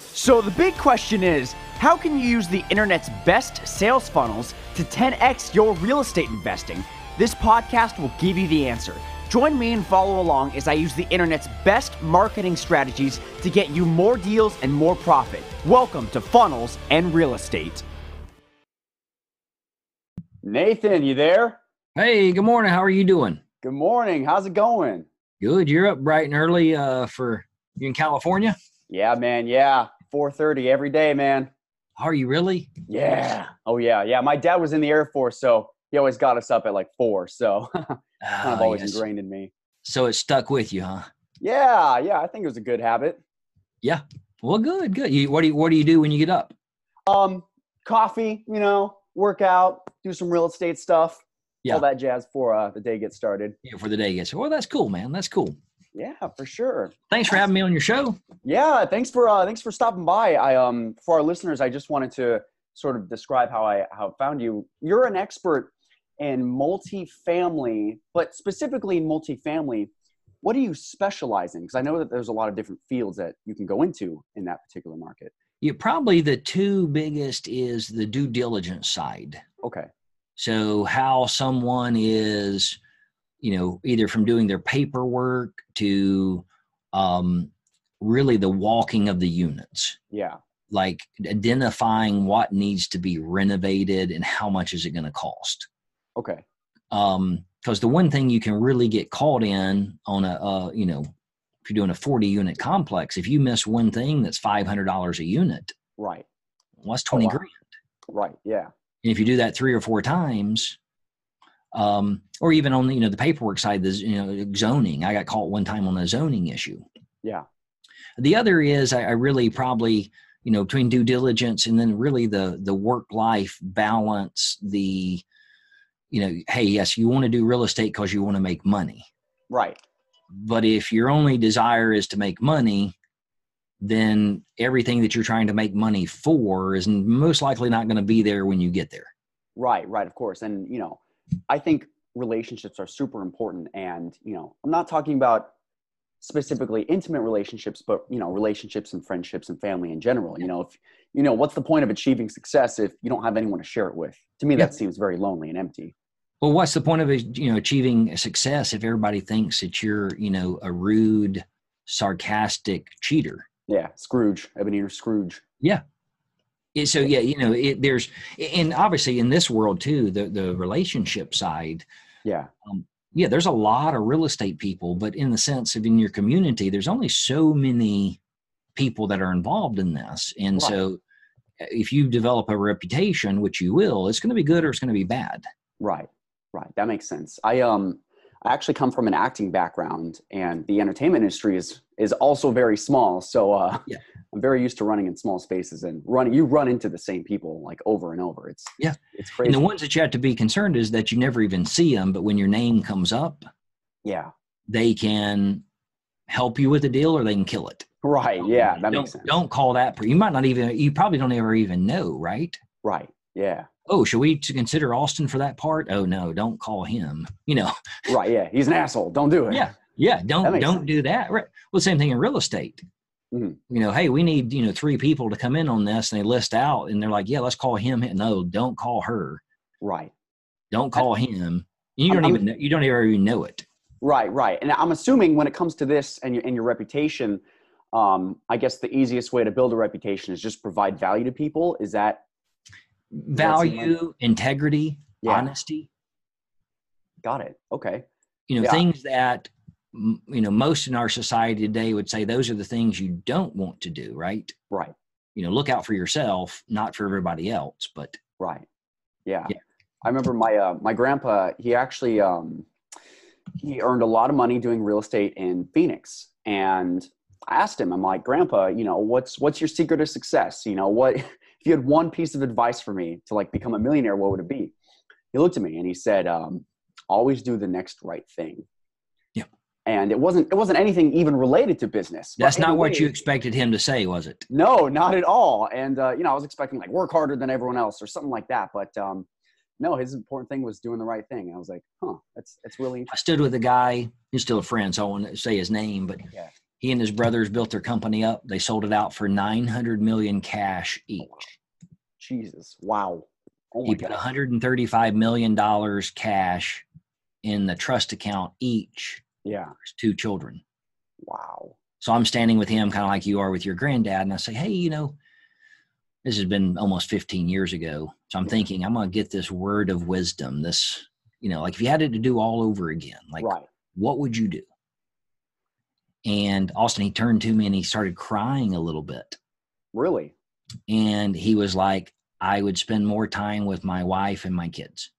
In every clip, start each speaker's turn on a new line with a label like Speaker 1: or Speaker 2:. Speaker 1: So the big question is how can you use the internet's best sales funnels to 10x your real estate investing? This podcast will give you the answer. Join me and follow along as I use the internet's best marketing strategies to get you more deals and more profit. Welcome to Funnels and Real Estate. Nathan, you there?
Speaker 2: Hey, good morning. How are you doing?
Speaker 1: Good morning. How's it going?
Speaker 2: Good. You're up bright and early uh, for you in California.
Speaker 1: Yeah, man. Yeah. 4:30 every day, man.
Speaker 2: Are you really?
Speaker 1: Yeah. Oh yeah. Yeah, my dad was in the Air Force, so he always got us up at like 4, so kind of
Speaker 2: Oh,
Speaker 1: always
Speaker 2: yes.
Speaker 1: ingrained in me.
Speaker 2: So it stuck with you, huh?
Speaker 1: Yeah, yeah, I think it was a good habit.
Speaker 2: Well, good, good. You, what do you What do you do when you get up?
Speaker 1: Um, coffee, you know, workout, do some real estate stuff,
Speaker 2: Yeah.
Speaker 1: all that jazz before uh, the day gets started.
Speaker 2: Yeah, for the day gets. Well, that's cool, man. That's cool.
Speaker 1: Yeah, for sure.
Speaker 2: Thanks for having me on your show.
Speaker 1: Yeah, thanks for uh, thanks for stopping by. I um for our listeners, I just wanted to sort of describe how I how I found you. You're an expert in multifamily, but specifically in multifamily. What do you specialize in? Because I know that there's a lot of different fields that you can go into in that particular market.
Speaker 2: You probably the two biggest is the due diligence side.
Speaker 1: Okay.
Speaker 2: So how someone is, you know, either from doing their paperwork to um, really the walking of the units.
Speaker 1: Yeah.
Speaker 2: like identifying what needs to be renovated and how much is it going to cost
Speaker 1: Okay.
Speaker 2: because the one thing you can really get caught in on a uh, you know if you're doing a 40 unit complex if you miss one thing that's $500 a unit
Speaker 1: Right.
Speaker 2: well, that's 20
Speaker 1: wow.
Speaker 2: grand
Speaker 1: Right. Yeah.
Speaker 2: and if you do that three or four times um, or even on the, you know the paperwork side this you know zoning i got caught one time on a zoning issue
Speaker 1: Yeah.
Speaker 2: the other is I, I really probably you know between due diligence and then really the the work life balance the you know hey yes you want to do real estate because you want to make money
Speaker 1: Right.
Speaker 2: but if your only desire is to make money then everything that you're trying to make money for is most likely not going to be there when you get there
Speaker 1: Right, right, of course. And, you know, I think relationships are super important. And, you know, I'm not talking about specifically intimate relationships, but, you know, relationships and friendships and family in general. You know, if, you know, what's the point of achieving success if you don't have anyone to share it with? To me,
Speaker 2: Yeah.
Speaker 1: that seems very lonely and empty.
Speaker 2: well what's the point of you know achieving success if everybody thinks that you're you know a rude sarcastic cheater
Speaker 1: Yeah, Scrooge, Ebenezer Scrooge.
Speaker 2: Yeah, so yeah, you know, it, there's and obviously in this world too, the the relationship side.
Speaker 1: Yeah,
Speaker 2: Yeah, there's a lot of real estate people, but in the sense of in your community, there's only so many people that are involved in this, and
Speaker 1: Right.
Speaker 2: so if you develop a reputation, which you will, it's going to be good or it's going to be bad.
Speaker 1: right, right. That makes sense. I, um, I actually come from an acting background and the entertainment industry is is also very small. So uh,
Speaker 2: Yeah.
Speaker 1: I'm very used to running in small spaces and running you run into the same people like over and over. It's
Speaker 2: Yeah.
Speaker 1: It's
Speaker 2: And
Speaker 1: crazy.
Speaker 2: the ones that you have to be concerned is that you never even see them, but when your name comes up,
Speaker 1: yeah.
Speaker 2: they can help you with the deal or they can kill it.
Speaker 1: Right. Yeah. That
Speaker 2: Oh, don't,
Speaker 1: makes sense.
Speaker 2: Don't call that. per- You might not even. You probably don't ever even know, right?
Speaker 1: Right. Yeah.
Speaker 2: oh, should we to consider Austin for that part? Oh no, don't call him. You know,
Speaker 1: Right. Yeah. He's an asshole. Don't do it.
Speaker 2: yeah, yeah,
Speaker 1: That
Speaker 2: don't
Speaker 1: makes
Speaker 2: don't
Speaker 1: sense.
Speaker 2: do that. Right. Well, same thing in real estate.
Speaker 1: Mhm.
Speaker 2: You know, hey, we need you know three people to come in on this, and they list out, and they're like, yeah, let's call him. No, don't call her.
Speaker 1: Right.
Speaker 2: Don't call him. You
Speaker 1: I'm-
Speaker 2: don't
Speaker 1: I'm-
Speaker 2: even know, you don't ever even know it.
Speaker 1: Right, right. And I'm assuming when it comes to this and your, and your reputation, um, I guess the easiest way to build a reputation is just provide value to people. Is that, that seem right?
Speaker 2: Value, integrity,
Speaker 1: Yeah.
Speaker 2: honesty.
Speaker 1: got it. Okay.
Speaker 2: You know,
Speaker 1: Yeah.
Speaker 2: things that m- you know most in our society today would say those are the things you don't want to do. Right.
Speaker 1: Right,
Speaker 2: You know, look out for yourself, not for everybody else. But
Speaker 1: right. Yeah.
Speaker 2: Yeah.
Speaker 1: I remember my, uh, my grandpa, he actually, um, he earned a lot of money doing real estate in Phoenix. And I asked him, I'm like, grandpa, you know, what's, what's your secret of success? You know, what, if you had one piece of advice for me to like become a millionaire, what would it be? He looked at me and he said, um, always do the next right thing.
Speaker 2: Yeah.
Speaker 1: And it wasn't, it wasn't anything even related to business. but
Speaker 2: That's
Speaker 1: in a
Speaker 2: not what you
Speaker 1: way-
Speaker 2: expected him to say, was it?
Speaker 1: No, not at all. And uh, you know, I was expecting like work harder than everyone else or something like that. But um, no, his important thing was doing the right thing. And I was like, huh, that's that's really
Speaker 2: I stood with a guy who's still a friend, so I won't say his name, but
Speaker 1: Yeah.
Speaker 2: He and his brothers built their company up. They sold it out for 900 million cash each.
Speaker 1: Jesus. Wow. Oh my
Speaker 2: He put
Speaker 1: God.
Speaker 2: 135 million dollars cash in the trust account each
Speaker 1: Yeah.
Speaker 2: for his two children.
Speaker 1: Wow.
Speaker 2: So I'm standing with him, kind of like you are with your granddad, and I say, "Hey, you know, this has been almost 15 years ago. So I'm thinking I'm going to get this word of wisdom. This, you know, like if you had it to do all over again, like
Speaker 1: right.
Speaker 2: what would you do?" And Austin, he turned to me and he started crying a little bit,
Speaker 1: Really.
Speaker 2: and he was like, "I would spend more time with my wife and my kids."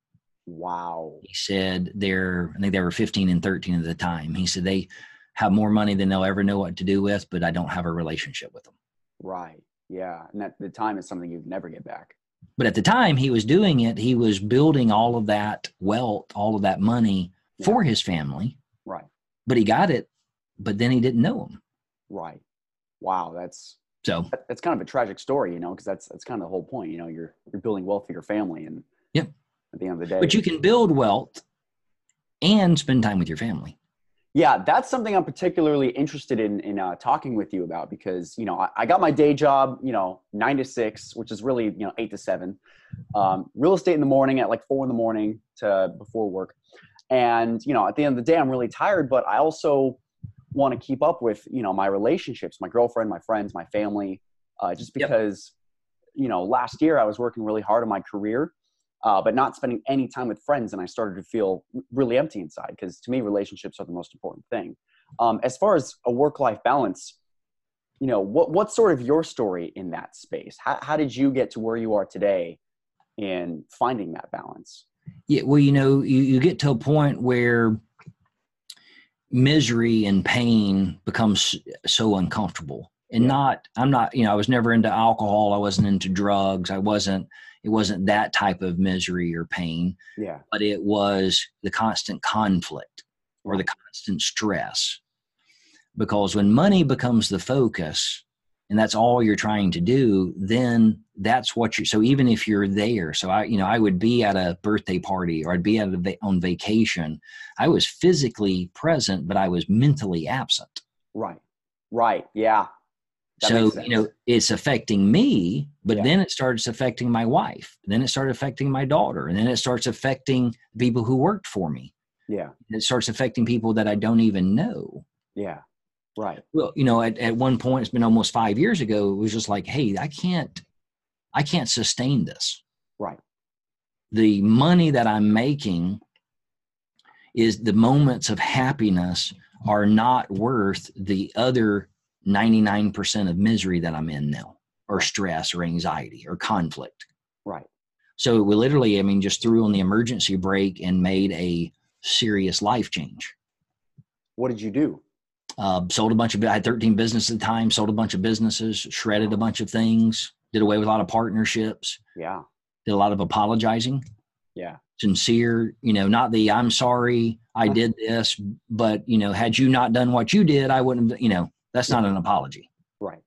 Speaker 1: Wow.
Speaker 2: He said they're, I think they were 15 and 13 at the time. He said they have more money than they'll ever know what to do with, but I don't have a relationship with them.
Speaker 1: Right. Yeah. And at the time is something you'd never get back.
Speaker 2: But at the time he was doing it, he was building all of that wealth, all of that money
Speaker 1: Yeah.
Speaker 2: for his family.
Speaker 1: Right.
Speaker 2: But he got it, but then he didn't know him.
Speaker 1: Right. Wow. That's
Speaker 2: So,
Speaker 1: that- that's kind of a tragic story, you know, because that's that's kind of the whole point. You know, you're you're building wealth for your family, and
Speaker 2: Yep.
Speaker 1: at the end of the day,
Speaker 2: but you can build wealth and spend time with your family.
Speaker 1: Yeah, that's something I'm particularly interested in in uh, talking with you about because you know I, I got my day job, you know, nine to six, which is really you know eight to seven. Um, real estate in the morning at like four in the morning to before work, and you know at the end of the day I'm really tired, but I also want to keep up with you know my relationships, my girlfriend, my friends, my family, uh, just
Speaker 2: Yep.
Speaker 1: because you know last year I was working really hard on my career, uh, but not spending any time with friends. And I started to feel r- really empty inside because to me, relationships are the most important thing. Um, as far as a work life balance, you know, what, what's sort of your story in that space? How, how did you get to where you are today in finding that balance?
Speaker 2: Yeah, well, you know, you, you get to a point where misery and pain becomes so uncomfortable. And
Speaker 1: Yeah.
Speaker 2: not, I'm not, you know, I was never into alcohol. I wasn't into drugs. I wasn't, it wasn't that type of misery or pain.
Speaker 1: Yeah.
Speaker 2: but it was the constant conflict or the
Speaker 1: Right.
Speaker 2: constant stress. Because when money becomes the focus and that's all you're trying to do, then that's what you so even if you're there, so I, you know, I would be at a birthday party or I'd be at a, va- on vacation. I was physically present, but I was mentally absent
Speaker 1: Right. Right. Yeah. That
Speaker 2: so
Speaker 1: makes
Speaker 2: you know it's affecting me but
Speaker 1: Yeah.
Speaker 2: then it starts affecting my wife then it started affecting my daughter and then it starts affecting people who worked for me
Speaker 1: Yeah.
Speaker 2: it starts affecting people that i don't even know
Speaker 1: Yeah. Right.
Speaker 2: well you know at, at one point it's been almost five years ago it was just like hey i can't i can't sustain this
Speaker 1: Right.
Speaker 2: the money that i'm making is the moments of happiness are not worth the other 99% of misery that i'm in now or stress or anxiety or conflict
Speaker 1: Right.
Speaker 2: so we literally i mean just threw on the emergency brake and made a serious life change
Speaker 1: What did you do?
Speaker 2: uh, sold a bunch of i had 13 businesses at the time sold a bunch of businesses shredded a bunch of things did away with a lot of partnerships
Speaker 1: Yeah.
Speaker 2: did a lot of apologizing
Speaker 1: Yeah.
Speaker 2: sincere you know not the i'm sorry i did this but you know had you not done what you did i wouldn't have you know that's not an apology
Speaker 1: Right.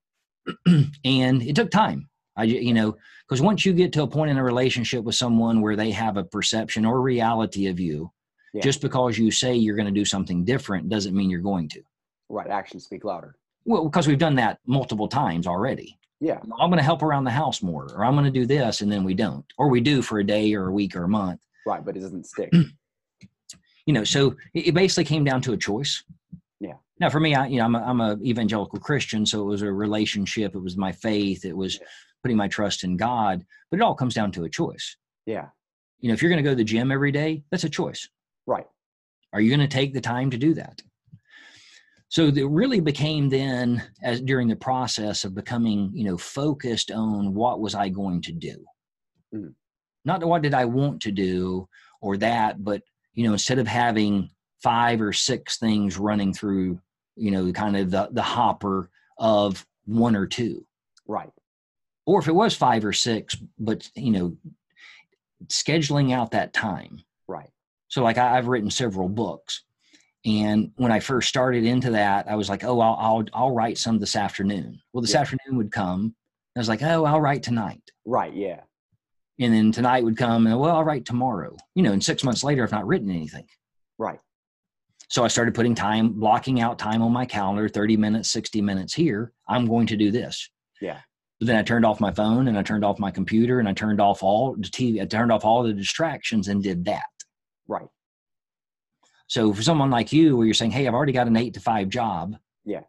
Speaker 2: and it took time i ju- you know because once you get to a point in a relationship with someone where they have a perception or reality of you
Speaker 1: Yeah.
Speaker 2: just because you say you're going to do something different doesn't mean you're going to
Speaker 1: Right. Actions speak louder.
Speaker 2: Well, because we've done that multiple times already.
Speaker 1: Yeah.
Speaker 2: I'm going to help around the house more, or I'm going to do this, and then we don't, or we do for a day or a week or a month.
Speaker 1: Right. But it doesn't stick.
Speaker 2: You know, so it it basically came down to a choice.
Speaker 1: Yeah.
Speaker 2: Now, for me, I you know I'm a, I'm a evangelical Christian, so it was a relationship, it was my faith, it was
Speaker 1: Yeah.
Speaker 2: putting my trust in God, but it all comes down to a choice.
Speaker 1: yeah.
Speaker 2: You know, if you're going to go to the gym every day, that's a choice.
Speaker 1: Right.
Speaker 2: Are you going to take the time to do that? So it really became then as during the process of becoming, you know, focused on what was I going to do?
Speaker 1: Mhm.
Speaker 2: Not what did I want to do or that, but you know, instead of having five or six things running through, you know, kind of the, the hopper of one or two.
Speaker 1: Right.
Speaker 2: Or if it was five or six, but you know, scheduling out that time.
Speaker 1: Right.
Speaker 2: So, like, I, I've written several books, and when I first started into that, I was like, "Oh, I'll I'll, I'll write some this afternoon." Well, this
Speaker 1: Yeah.
Speaker 2: afternoon would come. I was like, "Oh, I'll write tonight,"
Speaker 1: Right. Yeah.
Speaker 2: and then tonight would come, and well, I'll write tomorrow. You know, and six months later, I've not written anything.
Speaker 1: Right.
Speaker 2: So I started putting time, blocking out time on my calendar, 30 minutes, 60 minutes here. I'm going to do this.
Speaker 1: Yeah.
Speaker 2: But then I turned off my phone and I turned off my computer and I turned off all the TV, I turned off all the distractions and did that.
Speaker 1: Right.
Speaker 2: So for someone like you, where you're saying, "Hey, I've already got an eight to five job,"
Speaker 1: Yeah.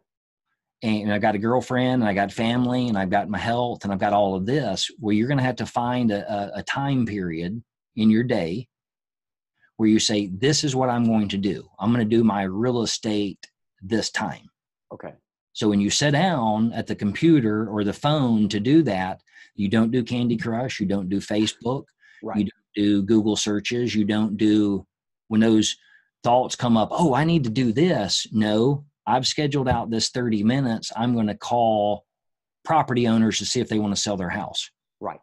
Speaker 2: and I've got a girlfriend, and I got family, and I've got my health, and I've got all of this, well, you're going to have to find a, a, a time period in your day where you say, "This is what I'm going to do. I'm going to do my real estate this time."
Speaker 1: Okay.
Speaker 2: So when you sit down at the computer or the phone to do that, you don't do Candy Crush, you don't do Facebook,
Speaker 1: Right.
Speaker 2: You do Google searches, you don't do when those thoughts come up, oh, I need to do this. No, I've scheduled out this 30 minutes. I'm going to call property owners to see if they want to sell their house.
Speaker 1: Right.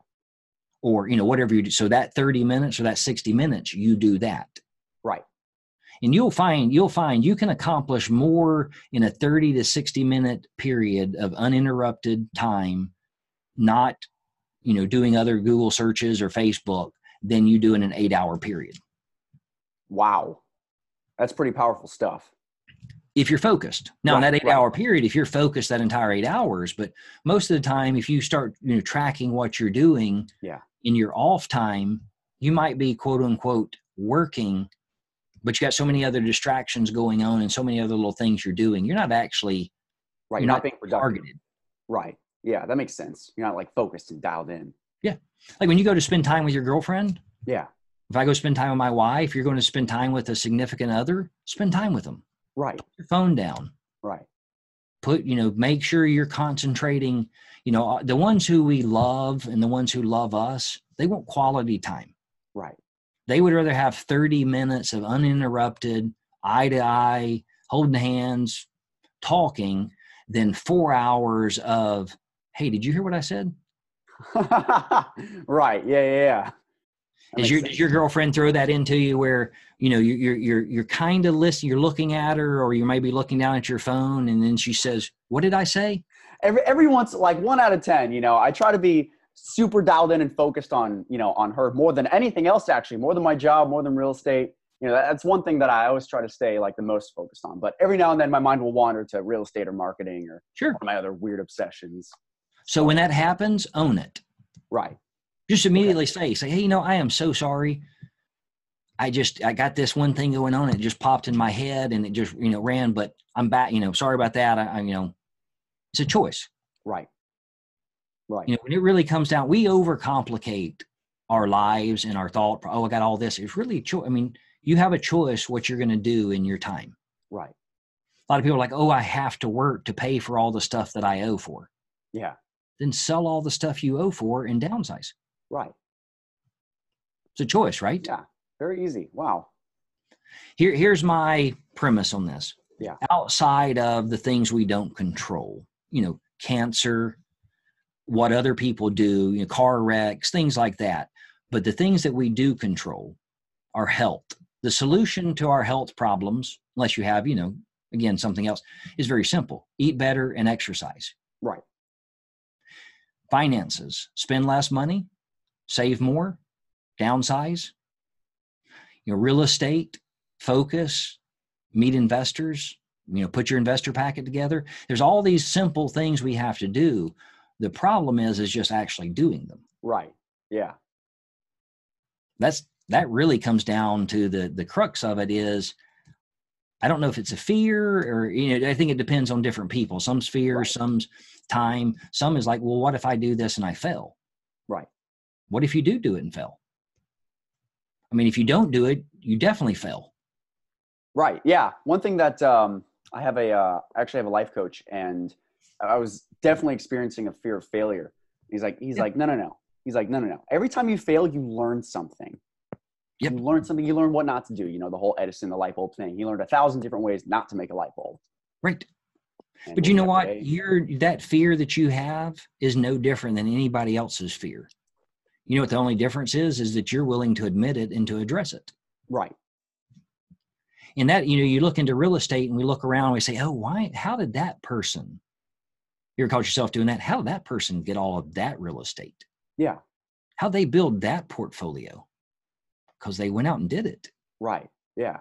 Speaker 2: Or, you know, whatever you do. So that 30 minutes or that 60 minutes, you do that.
Speaker 1: Right.
Speaker 2: And you'll find you'll find you can accomplish more in a 30 to 60 minute period of uninterrupted time, not, you know, doing other Google searches or Facebook than you do in an 8-hour period
Speaker 1: Wow. That's pretty powerful stuff.
Speaker 2: if you're focused. Now, in
Speaker 1: Right,
Speaker 2: that eight
Speaker 1: right.
Speaker 2: hour period, if you're focused that entire eight hours, but most of the time, if you start you know, tracking what you're doing
Speaker 1: Yeah.
Speaker 2: in your off time, you might be quote unquote working, but you got so many other distractions going on and so many other little things you're doing. You're not actually
Speaker 1: Right.
Speaker 2: You're
Speaker 1: not
Speaker 2: not
Speaker 1: being productive.
Speaker 2: targeted.
Speaker 1: Right. Yeah, that makes sense. You're not like focused and dialed in.
Speaker 2: Like when you go to spend time with your girlfriend,
Speaker 1: Yeah.
Speaker 2: if I go spend time with my wife, you're going to spend time with a significant other, spend time with them.
Speaker 1: Right.
Speaker 2: Put your phone down.
Speaker 1: Right.
Speaker 2: put you know make sure you're concentrating you know the ones who we love and the ones who love us they want quality time
Speaker 1: Right.
Speaker 2: they would rather have 30 minutes of uninterrupted eye to eye holding hands talking than four hours of hey did you hear what i said
Speaker 1: right. Yeah. Yeah. yeah. That
Speaker 2: Does
Speaker 1: makes
Speaker 2: your,
Speaker 1: sense.
Speaker 2: does your girlfriend throw that into you where you know you're you're you're, you're kind of listening you're looking at her or you may be looking down at your phone and then she says what did i say
Speaker 1: every, every once like one out of ten you know i try to be super dialed in and focused on you know on her more than anything else actually more than my job more than real estate you know that, that's one thing that i always try to stay like the most focused on but every now and then my mind will wander to real estate or marketing or
Speaker 2: sure
Speaker 1: my other weird obsessions
Speaker 2: so when that happens own it
Speaker 1: right
Speaker 2: just immediately say say hey you know i am so sorry i just i got this one thing going on it just popped in my head and it just you know ran but i'm back you know sorry about that i, I you know it's a choice
Speaker 1: right right
Speaker 2: you know when it really comes down we overcomplicate our lives and our thought oh i got all this it's really a choice i mean you have a choice what you're going to do in your time
Speaker 1: right
Speaker 2: a lot of people are like oh i have to work to pay for all the stuff that i owe for
Speaker 1: yeah
Speaker 2: then sell all the stuff you owe for and downsize
Speaker 1: right
Speaker 2: it's a choice right
Speaker 1: yeah very easy wow
Speaker 2: Here, here's my premise on this.
Speaker 1: Yeah.
Speaker 2: Outside of the things we don't control, you know, cancer, what other people do, you know, car wrecks, things like that. But the things that we do control are health. The solution to our health problems, unless you have, you know, again, something else, is very simple eat better and exercise.
Speaker 1: Right.
Speaker 2: Finances, spend less money, save more, downsize. You know, real estate, focus, meet investors, you know, put your investor packet together. There's all these simple things we have to do. The problem is is just actually doing them.
Speaker 1: right yeah
Speaker 2: That's that really comes down to the the crux of it is I don't know if it's a fear or you know I think it depends on different people. Some's fear,
Speaker 1: Right.
Speaker 2: some's time, some is like, well, what if I do this and I fail?
Speaker 1: Right.
Speaker 2: What if you do do it and fail? I mean, if you don't do it, you definitely fail.
Speaker 1: Right. Yeah. One thing that um, I have a uh, I actually have a life coach, and I was definitely experiencing a fear of failure. He's like, he's
Speaker 2: Yeah.
Speaker 1: like, no, no, no. He's like, no, no, no. Every time you fail, you learn something.
Speaker 2: Yep.
Speaker 1: You learn something. You learn what not to do. You know the whole Edison, the light bulb thing. He learned a thousand different ways not to make a light bulb.
Speaker 2: Right.
Speaker 1: And
Speaker 2: But you know
Speaker 1: every
Speaker 2: what?
Speaker 1: day-
Speaker 2: Your that fear that you have is no different than anybody else's fear. You know what the only difference is is that you're willing to admit it and to address it.
Speaker 1: Right.
Speaker 2: And that you know you look into real estate and we look around and we say, "Oh, why how did that person you ever caught yourself doing that? How did that person get all of that real estate?
Speaker 1: Yeah.
Speaker 2: How they build that portfolio? Cuz they went out and did it.
Speaker 1: Right. Yeah.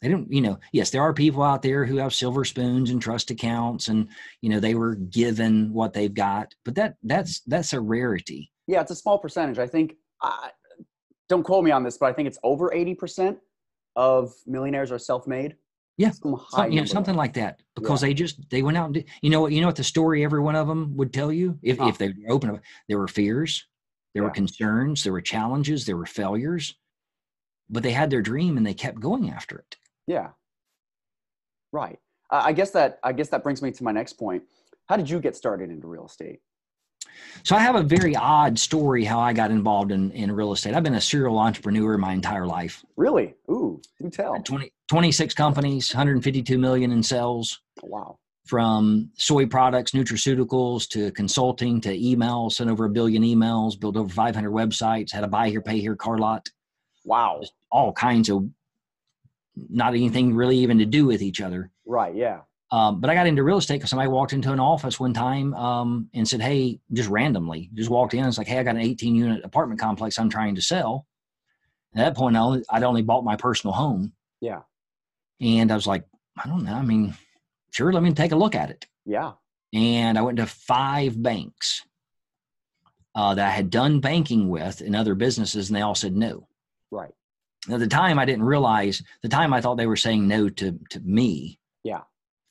Speaker 2: They don't, you know, yes, there are people out there who have silver spoons and trust accounts and, you know, they were given what they've got, but that that's that's a rarity.
Speaker 1: Yeah, it's a small percentage. I think I, don't quote me on this, but I think it's over 80% of millionaires are self-made.
Speaker 2: Yeah.
Speaker 1: Some high
Speaker 2: Some, you know,
Speaker 1: number.
Speaker 2: something like that because they just they went out and did, you know what you know what the story every one of them would tell you if,
Speaker 1: Huh.
Speaker 2: if they were open about- there were fears there were
Speaker 1: Yeah.
Speaker 2: concerns there were challenges there were failures but they had their dream and they kept going after it
Speaker 1: Yeah. Right. I I guess that I guess that brings me to my next point. How did you get started into real estate?
Speaker 2: So I have a very odd story how I got involved in, in real estate. I've been a serial entrepreneur my entire life.
Speaker 1: Really? Ooh, do tell.
Speaker 2: 20, 26 companies, 152 million in sales
Speaker 1: Oh, Wow.
Speaker 2: from soy products, nutraceuticals to consulting to emails, sent over a billion emails, built over 500 websites, had a buy here, pay here car lot,
Speaker 1: Wow.
Speaker 2: all kinds of not anything really even to do with each other.
Speaker 1: Right. Yeah.
Speaker 2: Um, but I got into real estate because somebody walked into an office one time um, and said, "Hey," just randomly, just walked in. and It's like, "Hey, I got an 18 unit apartment complex I'm trying to sell." At that point, I only, I'd only bought my personal home.
Speaker 1: Yeah.
Speaker 2: And I was like, I don't know. I mean, sure, let me take a look at it.
Speaker 1: Yeah.
Speaker 2: And I went to five banks uh, that I had done banking with in other businesses, and they all said no.
Speaker 1: Right.
Speaker 2: Now, at the time, I didn't realize. The time, I thought they were saying no to to me.
Speaker 1: Yeah.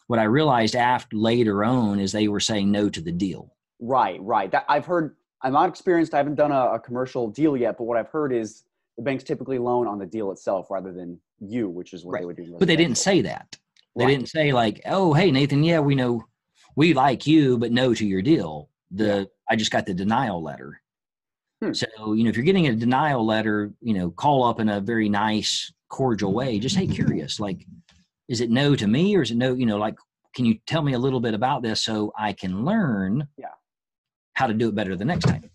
Speaker 2: What I realized after later on is they were saying no to the deal.
Speaker 1: Right. Right. That I've heard. I'm not experienced. I haven't done a, a commercial deal yet, but what I've heard is the banks typically loan on the deal itself rather than you, which is what they
Speaker 2: Right.
Speaker 1: would do. in
Speaker 2: But they didn't
Speaker 1: residential.
Speaker 2: say that. They
Speaker 1: Right.
Speaker 2: didn't say like, "Oh, hey Nathan, yeah, we know we like you, but no to your deal." The I just got the denial letter.
Speaker 1: Hmm.
Speaker 2: So, you know, if you're getting a denial letter, you know, call up in a very nice, cordial way. Just hey, curious, like is it no to me or is it no, you know, like can you tell me a little bit about this so I can learn
Speaker 1: Yeah.
Speaker 2: how to do it better the next time?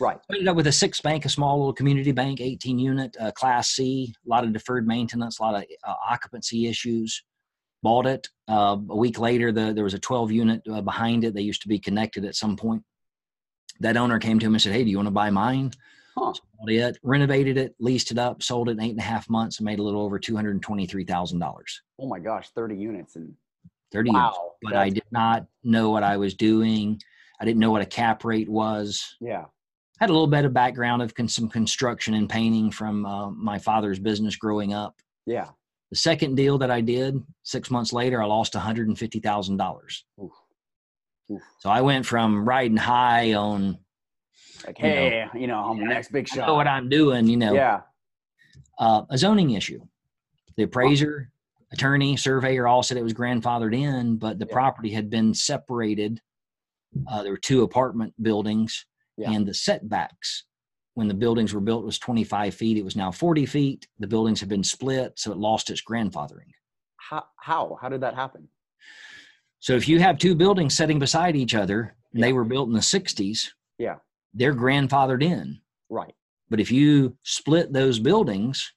Speaker 1: Right.
Speaker 2: I ended up with a six bank, a small little community bank, 18 unit, uh, class C, a lot of deferred maintenance, a lot of uh, occupancy issues. Bought it. Uh, a week later, the, there was a 12 unit uh, behind it. They used to be connected at some point. That owner came to him and said, Hey, do you want to buy mine?
Speaker 1: Huh.
Speaker 2: Bought it, renovated it, leased it up, sold it in eight and a half months, and made a little over $223,000.
Speaker 1: Oh my gosh, 30 units and
Speaker 2: 30 units.
Speaker 1: wow.
Speaker 2: But
Speaker 1: that's-
Speaker 2: I did not know what I was doing. I didn't know what a cap rate was.
Speaker 1: Yeah.
Speaker 2: had a little bit of background of con- some construction and painting from uh, my father's business growing up.
Speaker 1: Yeah.
Speaker 2: The second deal that I did six months later, I lost one hundred and fifty thousand dollars.
Speaker 1: Oof. Oof.
Speaker 2: So I went from riding high on
Speaker 1: Like,
Speaker 2: You know,
Speaker 1: hey, you know, I'm the next big
Speaker 2: I
Speaker 1: shot.
Speaker 2: know what I'm doing, you know,
Speaker 1: Yeah.
Speaker 2: uh, a zoning issue. The appraiser, attorney, surveyor all said it was grandfathered in, but the
Speaker 1: Yeah.
Speaker 2: property had been separated. Uh, there were two apartment buildings,
Speaker 1: Yeah.
Speaker 2: and the setbacks when the buildings were built was 25 feet. It was now 40 feet. The buildings had been split, so it lost its grandfathering.
Speaker 1: How, how? How did that happen?
Speaker 2: So if you have two buildings sitting beside each other, and they
Speaker 1: Yeah.
Speaker 2: were built in the 60s,
Speaker 1: Yeah.
Speaker 2: they're grandfathered in.
Speaker 1: Right.
Speaker 2: But if you split those buildings,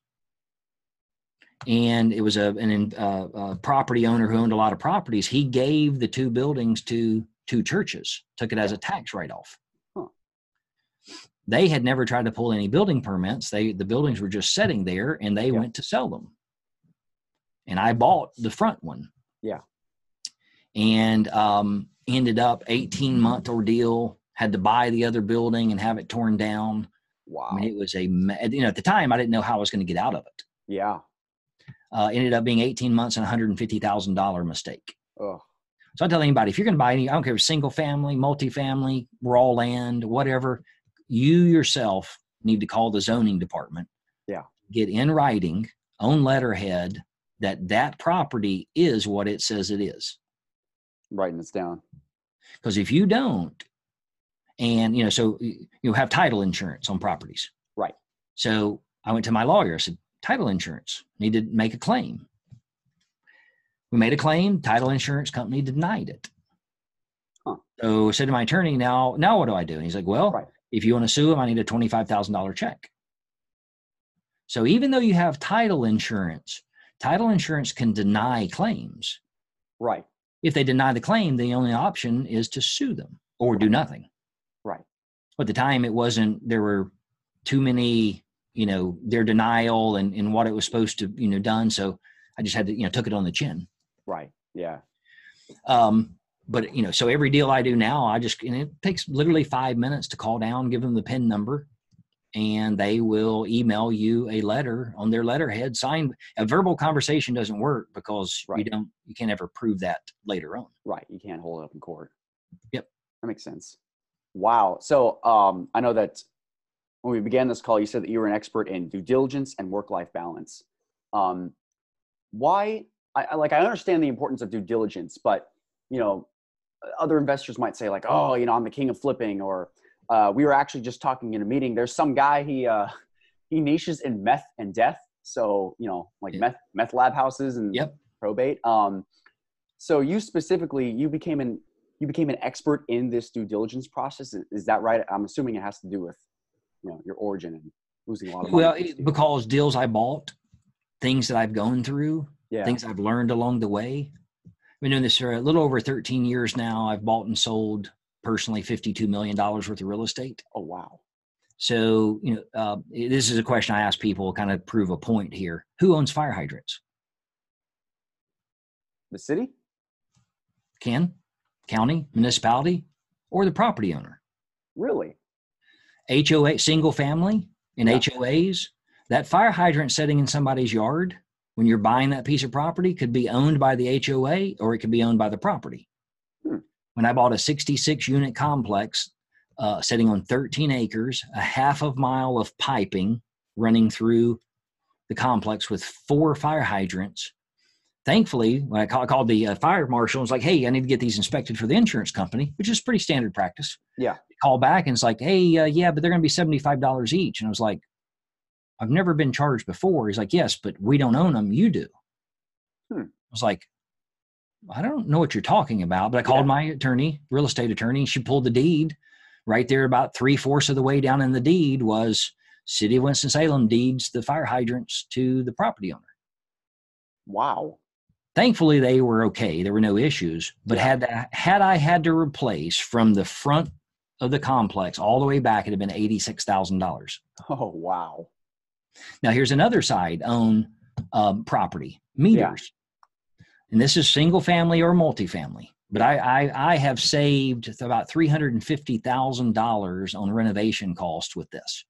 Speaker 2: and it was a an in- uh, uh, property owner who owned a lot of properties, he gave the two buildings to two churches, took it as a tax write off.
Speaker 1: Huh.
Speaker 2: They had never tried to pull any building permits. They the buildings were just sitting there, and they
Speaker 1: Yeah.
Speaker 2: went to sell them. And I bought the front one.
Speaker 1: Yeah.
Speaker 2: And um, ended up eighteen month ordeal. Had to buy the other building and have it torn down.
Speaker 1: Wow.
Speaker 2: I mean, it was a, ma- you know, at the time, I didn't know how I was going to get out of it.
Speaker 1: yeah.
Speaker 2: Uh, ended up being 18 months and $150,000 mistake.
Speaker 1: Oh,
Speaker 2: So I tell anybody, if you're going to buy any, I don't care if it's single family, multifamily, raw land, whatever, you yourself need to call the zoning department.
Speaker 1: Yeah.
Speaker 2: Get in writing, own letterhead, that that property is what it says it is.
Speaker 1: writing this down.
Speaker 2: Because if you don't, and you know, so y- you have title insurance on properties,
Speaker 1: Right.
Speaker 2: So I went to my lawyer. I said, "Title insurance need to make a claim." We made a claim. Title insurance company denied it.
Speaker 1: Huh.
Speaker 2: So I said to my attorney, "Now, now what do I do?" And he's like, "Well,
Speaker 1: Right.
Speaker 2: if you want to sue him, I need a twenty-five thousand dollar check." So even though you have title insurance, title insurance can deny claims.
Speaker 1: Right.
Speaker 2: If they deny the claim, the only option is to sue them or do nothing.
Speaker 1: Right.
Speaker 2: At the time, it wasn't, there were too many, you know, their denial and, and what it was supposed to, you know, done. So I just had to, you know, took it on the chin.
Speaker 1: Right. Yeah.
Speaker 2: Um, but you know, so every deal I do now, I just and it takes literally five minutes to call down, give them the PIN number, and they will email you a letter on their letterhead signed. A verbal conversation doesn't work because you
Speaker 1: Right.
Speaker 2: don't you can't ever prove that later on.
Speaker 1: Right. You can't hold it up in court.
Speaker 2: Yep.
Speaker 1: That makes sense. Wow. So um, I know that when we began this call, you said that you were an expert in due diligence and work life balance. Um, why? I, I like I understand the importance of due diligence, but you know, other investors might say like, "Oh, you know, I'm the king of flipping," or uh, we were actually just talking in a meeting. There's some guy he uh, he niches in meth and death. So you know, like
Speaker 2: Yeah.
Speaker 1: meth meth lab houses and
Speaker 2: Yep.
Speaker 1: probate. Um, so you specifically you became an you became an expert in this due diligence process. Is, is that right? I'm assuming it has to do with you know your origin and losing a lot of money.
Speaker 2: Well,
Speaker 1: first
Speaker 2: it-
Speaker 1: year.
Speaker 2: because deals I bought, things that I've gone through,
Speaker 1: yeah,
Speaker 2: things I've learned along the way. I've been doing this for a little over 13 years now. I've bought and sold personally $52 million worth of real estate.
Speaker 1: oh wow,
Speaker 2: So, you know, uh, this is a question I ask people, kind of prove a point here. Who owns fire hydrants?
Speaker 1: the city,
Speaker 2: Can, county, municipality, or the property owner?
Speaker 1: really?
Speaker 2: HOA, single family in
Speaker 1: Yeah.
Speaker 2: HOAs. That fire hydrant setting in somebody's yard when you're buying that piece of property could be owned by the HOA or it could be owned by the property.
Speaker 1: Hmm.
Speaker 2: When I bought a 66 unit complex uh, sitting on 13 acres, a half of mile of piping running through the complex with four fire hydrants. Thankfully, when I, call, I called the uh, fire marshal and was like, hey, I need to get these inspected for the insurance company, which is pretty standard practice call back and it's like, hey, uh, yeah, but they're going to be $75 each. And I was like, I've never been charged before. He's like, yes, but we don't own them. You do.
Speaker 1: Hmm.
Speaker 2: I was like, I don't know what you're talking about. But I called
Speaker 1: Yeah.
Speaker 2: my attorney, real estate attorney, and she pulled the deed right there about three fourths of the way down in the deed was City of Winston-Salem deeds the fire hydrants to the property owner.
Speaker 1: Wow,
Speaker 2: Thankfully, they were okay. There were no issues. But
Speaker 1: Yeah.
Speaker 2: had that, had I had to replace from the front of the complex all the way back, it'd have been eighty six thousand dollars.
Speaker 1: oh wow,
Speaker 2: Now here's another side: own um, property meters, and this is single family or multifamily. But I I, I have saved about three hundred and fifty thousand dollars on renovation costs with this.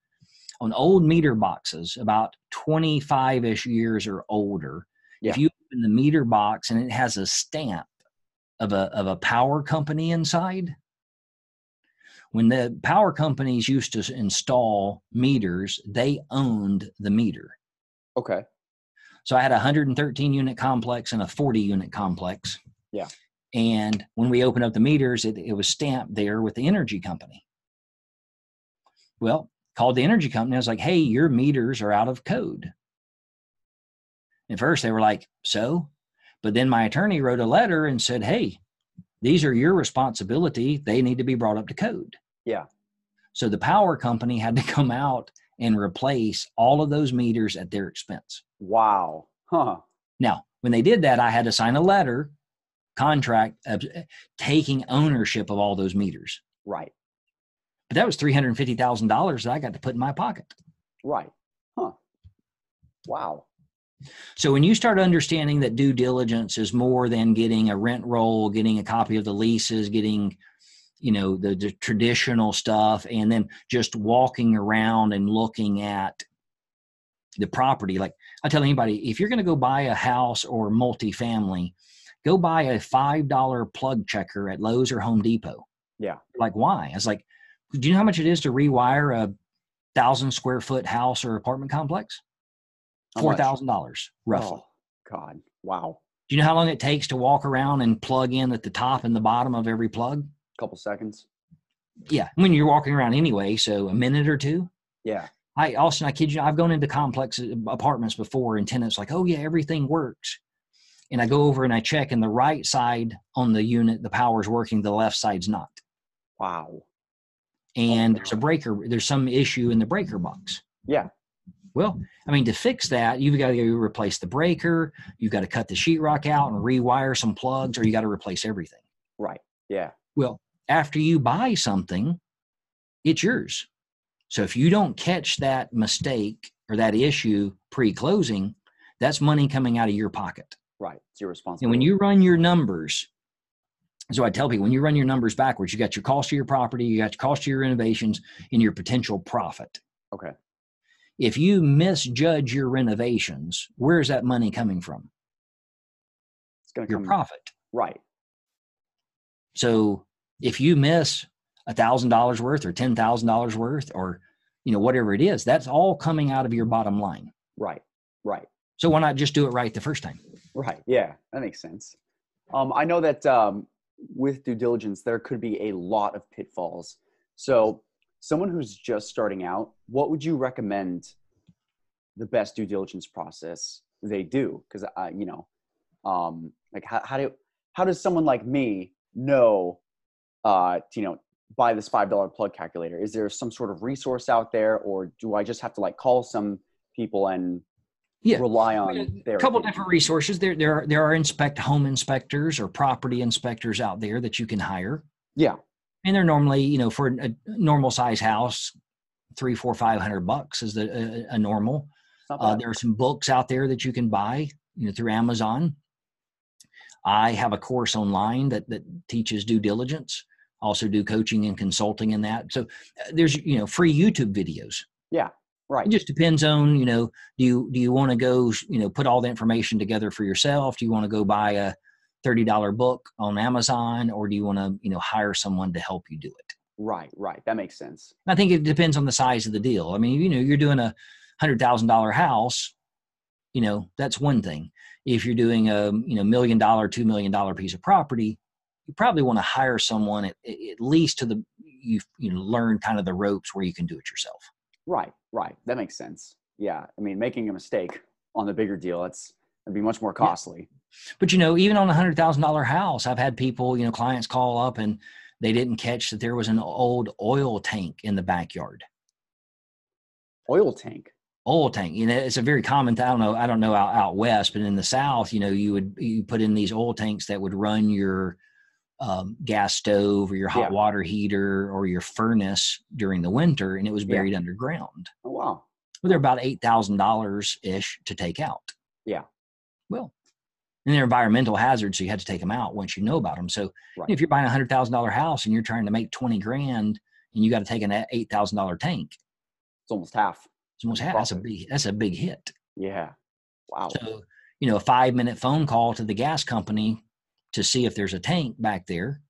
Speaker 2: On old meter boxes, about twenty five ish years or older, if
Speaker 1: Yeah.
Speaker 2: you open the meter box and it has a stamp of a of a power company inside, when the power companies used to s- install meters, they owned the meter.
Speaker 1: okay,
Speaker 2: So I had a 113 unit complex and a 40 unit complex.
Speaker 1: Yeah.
Speaker 2: And when we opened up the meters, it, it was stamped there with the energy company. Well, called the energy company. I was like, hey, your meters are out of code. At first, they were like, so? But then my attorney wrote a letter and said, hey, these are your responsibility. They need to be brought up to code.
Speaker 1: Yeah.
Speaker 2: So the power company had to come out and replace all of those meters at their expense.
Speaker 1: wow, huh?
Speaker 2: Now, when they did that, I had to sign a letter contract of uh, taking ownership of all those meters.
Speaker 1: Right,
Speaker 2: But that was $350,000 that I got to put in my pocket.
Speaker 1: right, huh? Wow,
Speaker 2: So when you start understanding that due diligence is more than getting a rent roll, getting a copy of the leases, getting you know the, the traditional stuff and then just walking around and looking at the property like I tell anybody if you're going to go buy a house or multifamily go buy a $5 plug checker at Lowe's or Home Depot.
Speaker 1: Yeah.
Speaker 2: Like why? I was like do you know how much it is to rewire a 1000 square foot house or apartment complex?
Speaker 1: How much?
Speaker 2: $4,000 roughly.
Speaker 1: Oh, God, wow,
Speaker 2: Do you know how long it takes to walk around and plug in at the top and the bottom of every plug?
Speaker 1: couple seconds,
Speaker 2: Yeah, when you're walking around anyway, so a minute or two.
Speaker 1: yeah,
Speaker 2: I Austin, I kid you, not, I've gone into complex uh, apartments before, and tenants like, oh yeah, everything works. And I go over and I check, and the right side on the unit, the power's working, the left side's not.
Speaker 1: wow,
Speaker 2: And there's a breaker, there's some issue in the breaker box.
Speaker 1: Yeah.
Speaker 2: Well, I mean, to fix that, you've got to replace the breaker, you've got to cut the sheetrock out and rewire some plugs, or you got to replace everything.
Speaker 1: right, yeah,
Speaker 2: Well, after you buy something, it's yours. So if you don't catch that mistake or that issue pre closing, That's money coming out of your pocket.
Speaker 1: Right. It's your responsibility.
Speaker 2: And when you run your numbers, so I tell people when you run your numbers backwards, you got your cost of your property, you got your cost of your renovations, and your potential profit.
Speaker 1: Okay.
Speaker 2: If you misjudge your renovations, where is that money coming from?
Speaker 1: It's going to
Speaker 2: Your
Speaker 1: come
Speaker 2: profit.
Speaker 1: right.
Speaker 2: So if you miss a thousand dollars worth or ten thousand dollars worth or you know whatever it is, that's all coming out of your bottom line.
Speaker 1: Right. Right.
Speaker 2: So why not just do it right the first time?
Speaker 1: Right. Yeah, that makes sense. Um, I know that um, with due diligence, there could be a lot of pitfalls. So, someone who's just starting out, what would you recommend the best due diligence process they do? Because I, you know, um, like how, how do how does someone like me know, uh, to, you know, buy this five dollar plug calculator? Is there some sort of resource out there, or do I just have to like call some people and
Speaker 2: Yeah.
Speaker 1: rely
Speaker 2: I
Speaker 1: on
Speaker 2: mean,
Speaker 1: their
Speaker 2: a couple
Speaker 1: opinion?
Speaker 2: different resources. There, there are there are inspect home inspectors or property inspectors out there that you can hire,
Speaker 1: Yeah.
Speaker 2: and they're normally you know for a normal size house, three, four, five hundred bucks is the a, a normal.
Speaker 1: it's not
Speaker 2: Uh,
Speaker 1: bad.
Speaker 2: there are some books out there that you can buy you know, through Amazon. I have a course online that that teaches due diligence. Also do coaching and consulting in that. So uh, there's you know free YouTube videos.
Speaker 1: right.
Speaker 2: It just depends on you know do you do you want to go you know put all the information together for yourself? Do you want to go buy a thirty dollar book on Amazon, or do you want to you know hire someone to help you do it?
Speaker 1: Right, right. That makes sense.
Speaker 2: I think it depends on the size of the deal. I mean, you know, you're doing a hundred thousand dollar house, you know, that's one thing. If you're doing a you know million dollar, two million dollar piece of property, you probably want to hire someone at, at least to the you you know, learn kind of the ropes where you can do it yourself.
Speaker 1: Right, right. That makes sense. Yeah. I mean, making a mistake on the bigger deal, that's it'd be much more costly.
Speaker 2: But you know, even on a hundred thousand dollar house, I've had people, you know, clients call up and they didn't catch that there was an old oil tank in the backyard.
Speaker 1: Oil tank.
Speaker 2: oil tank. You know, it's a very common. I don't know. I don't know out, out west, but in the south, you know, you would you put in these oil tanks that would run your um, gas stove or your hot
Speaker 1: Yeah.
Speaker 2: water heater or your furnace during the winter, and it was
Speaker 1: Yeah.
Speaker 2: buried underground.
Speaker 1: Oh wow.
Speaker 2: Well, they're about eight thousand dollars ish to take out.
Speaker 1: Yeah.
Speaker 2: Well, and they're environmental hazards, so you had to take them out once you know about them. So
Speaker 1: Right.
Speaker 2: if you're buying a hundred thousand dollar house and you're trying to make twenty grand, and you got to take an eight thousand dollar tank,
Speaker 1: It's almost half.
Speaker 2: it's almost half. That's a
Speaker 1: Profit.
Speaker 2: big. That's a big hit.
Speaker 1: Yeah. Wow.
Speaker 2: So, you know, a five minute phone call to the gas company to see if there's a tank back there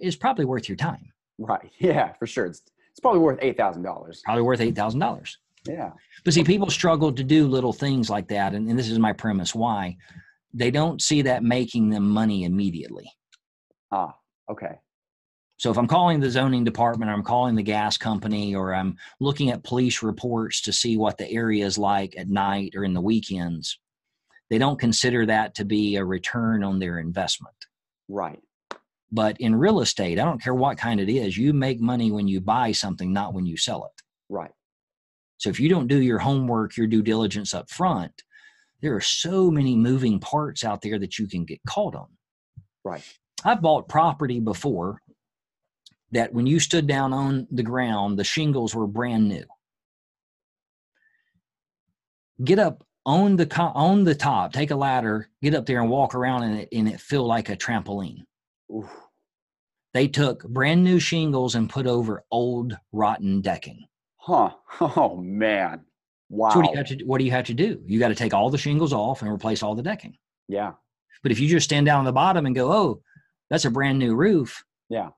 Speaker 2: is probably worth your time,
Speaker 1: Right. Yeah, for sure. It's it's probably worth eight thousand dollars.
Speaker 2: probably worth $8,000.
Speaker 1: Yeah.
Speaker 2: But see, people struggle to do little things like that. And, and this is my premise why they don't see that making them money immediately.
Speaker 1: Ah, okay.
Speaker 2: So if I'm calling the zoning department, or I'm calling the gas company, or I'm looking at police reports to see what the area is like at night or in the weekends, they don't consider that to be a return on their investment.
Speaker 1: Right.
Speaker 2: But in real estate, I don't care what kind it is, you make money when you buy something, not when you sell it.
Speaker 1: Right.
Speaker 2: So if you don't do your homework, your due diligence up front, there are so many moving parts out there that you can get caught on.
Speaker 1: Right.
Speaker 2: I've bought property before that when you stood down on the ground, the shingles were brand new. Get up on the co- on the top, take a ladder, get up there and walk around and it, and it feel like a trampoline.
Speaker 1: Oof.
Speaker 2: They took brand new shingles and put over old rotten decking.
Speaker 1: Huh. Oh man. Wow.
Speaker 2: So what do you have to what do you have to do? You got to take all the shingles off and replace all the decking.
Speaker 1: yeah.
Speaker 2: But if you just stand down on the bottom and go, "Oh, that's a brand new roof."
Speaker 1: Yeah.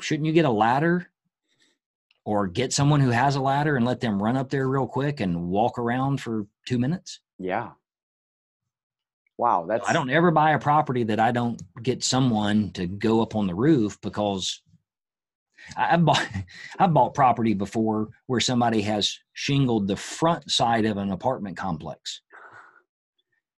Speaker 2: Shouldn't you get a ladder or get someone who has a ladder and let them run up there real quick and walk around for 2 minutes?
Speaker 1: Yeah. Wow. That's
Speaker 2: I don't ever buy a property that I don't get someone to go up on the roof because I- I've bought I've bought property before where somebody has shingled the front side of an apartment complex.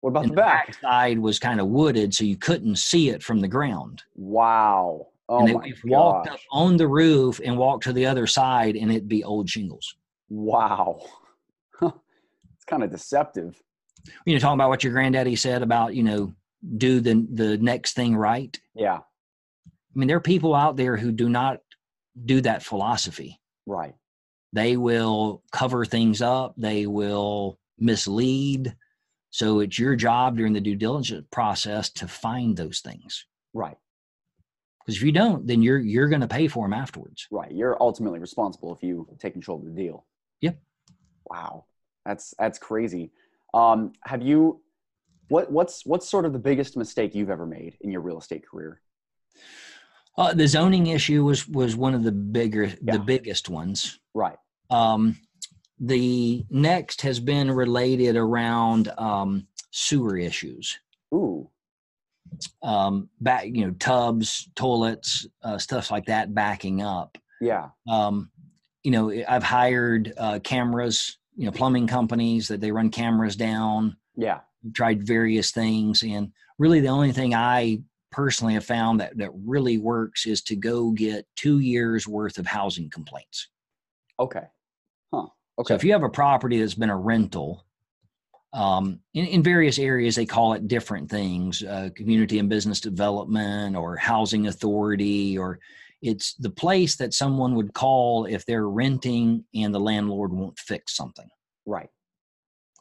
Speaker 1: what about
Speaker 2: and
Speaker 1: the back?
Speaker 2: side was kind of wooded, so you couldn't see it from the ground.
Speaker 1: Wow. Oh
Speaker 2: and they
Speaker 1: my
Speaker 2: would've walked
Speaker 1: gosh.
Speaker 2: up on the roof and walked to the other side, and it'd be old shingles.
Speaker 1: Wow. it's kind of deceptive.
Speaker 2: You know, talking about what your granddaddy said about you know do the the next thing right.
Speaker 1: Yeah,
Speaker 2: I mean, there are people out there who do not do that philosophy.
Speaker 1: right.
Speaker 2: they will cover things up they will mislead So it's your job during the due diligence process to find those things.
Speaker 1: Right.
Speaker 2: Because if you don't, then you're you're going to pay for them afterwards.
Speaker 1: Right. You're ultimately responsible if you take control of the deal.
Speaker 2: Yep.
Speaker 1: Wow. That's that's crazy. Um, have you what what's what's sort of the biggest mistake you've ever made in your real estate career?
Speaker 2: Uh, the zoning issue was was one of the bigger
Speaker 1: Yeah.
Speaker 2: the biggest ones.
Speaker 1: Right.
Speaker 2: Um, the next has been related around um, sewer issues.
Speaker 1: Ooh.
Speaker 2: um, back you know tubs toilets uh, stuff like that backing up
Speaker 1: Yeah.
Speaker 2: um, you know i've hired uh, cameras you know plumbing companies that they run cameras down
Speaker 1: Yeah.
Speaker 2: tried various things and really the only thing i personally have found that that really works is to go get two years worth of housing complaints
Speaker 1: Okay. Huh.
Speaker 2: so
Speaker 1: Okay.
Speaker 2: if you have a property that's been a rental um, in, in various areas, they call it different things uh, community and business development or housing authority, or it's the place that someone would call if they're renting and the landlord won't fix something.
Speaker 1: right.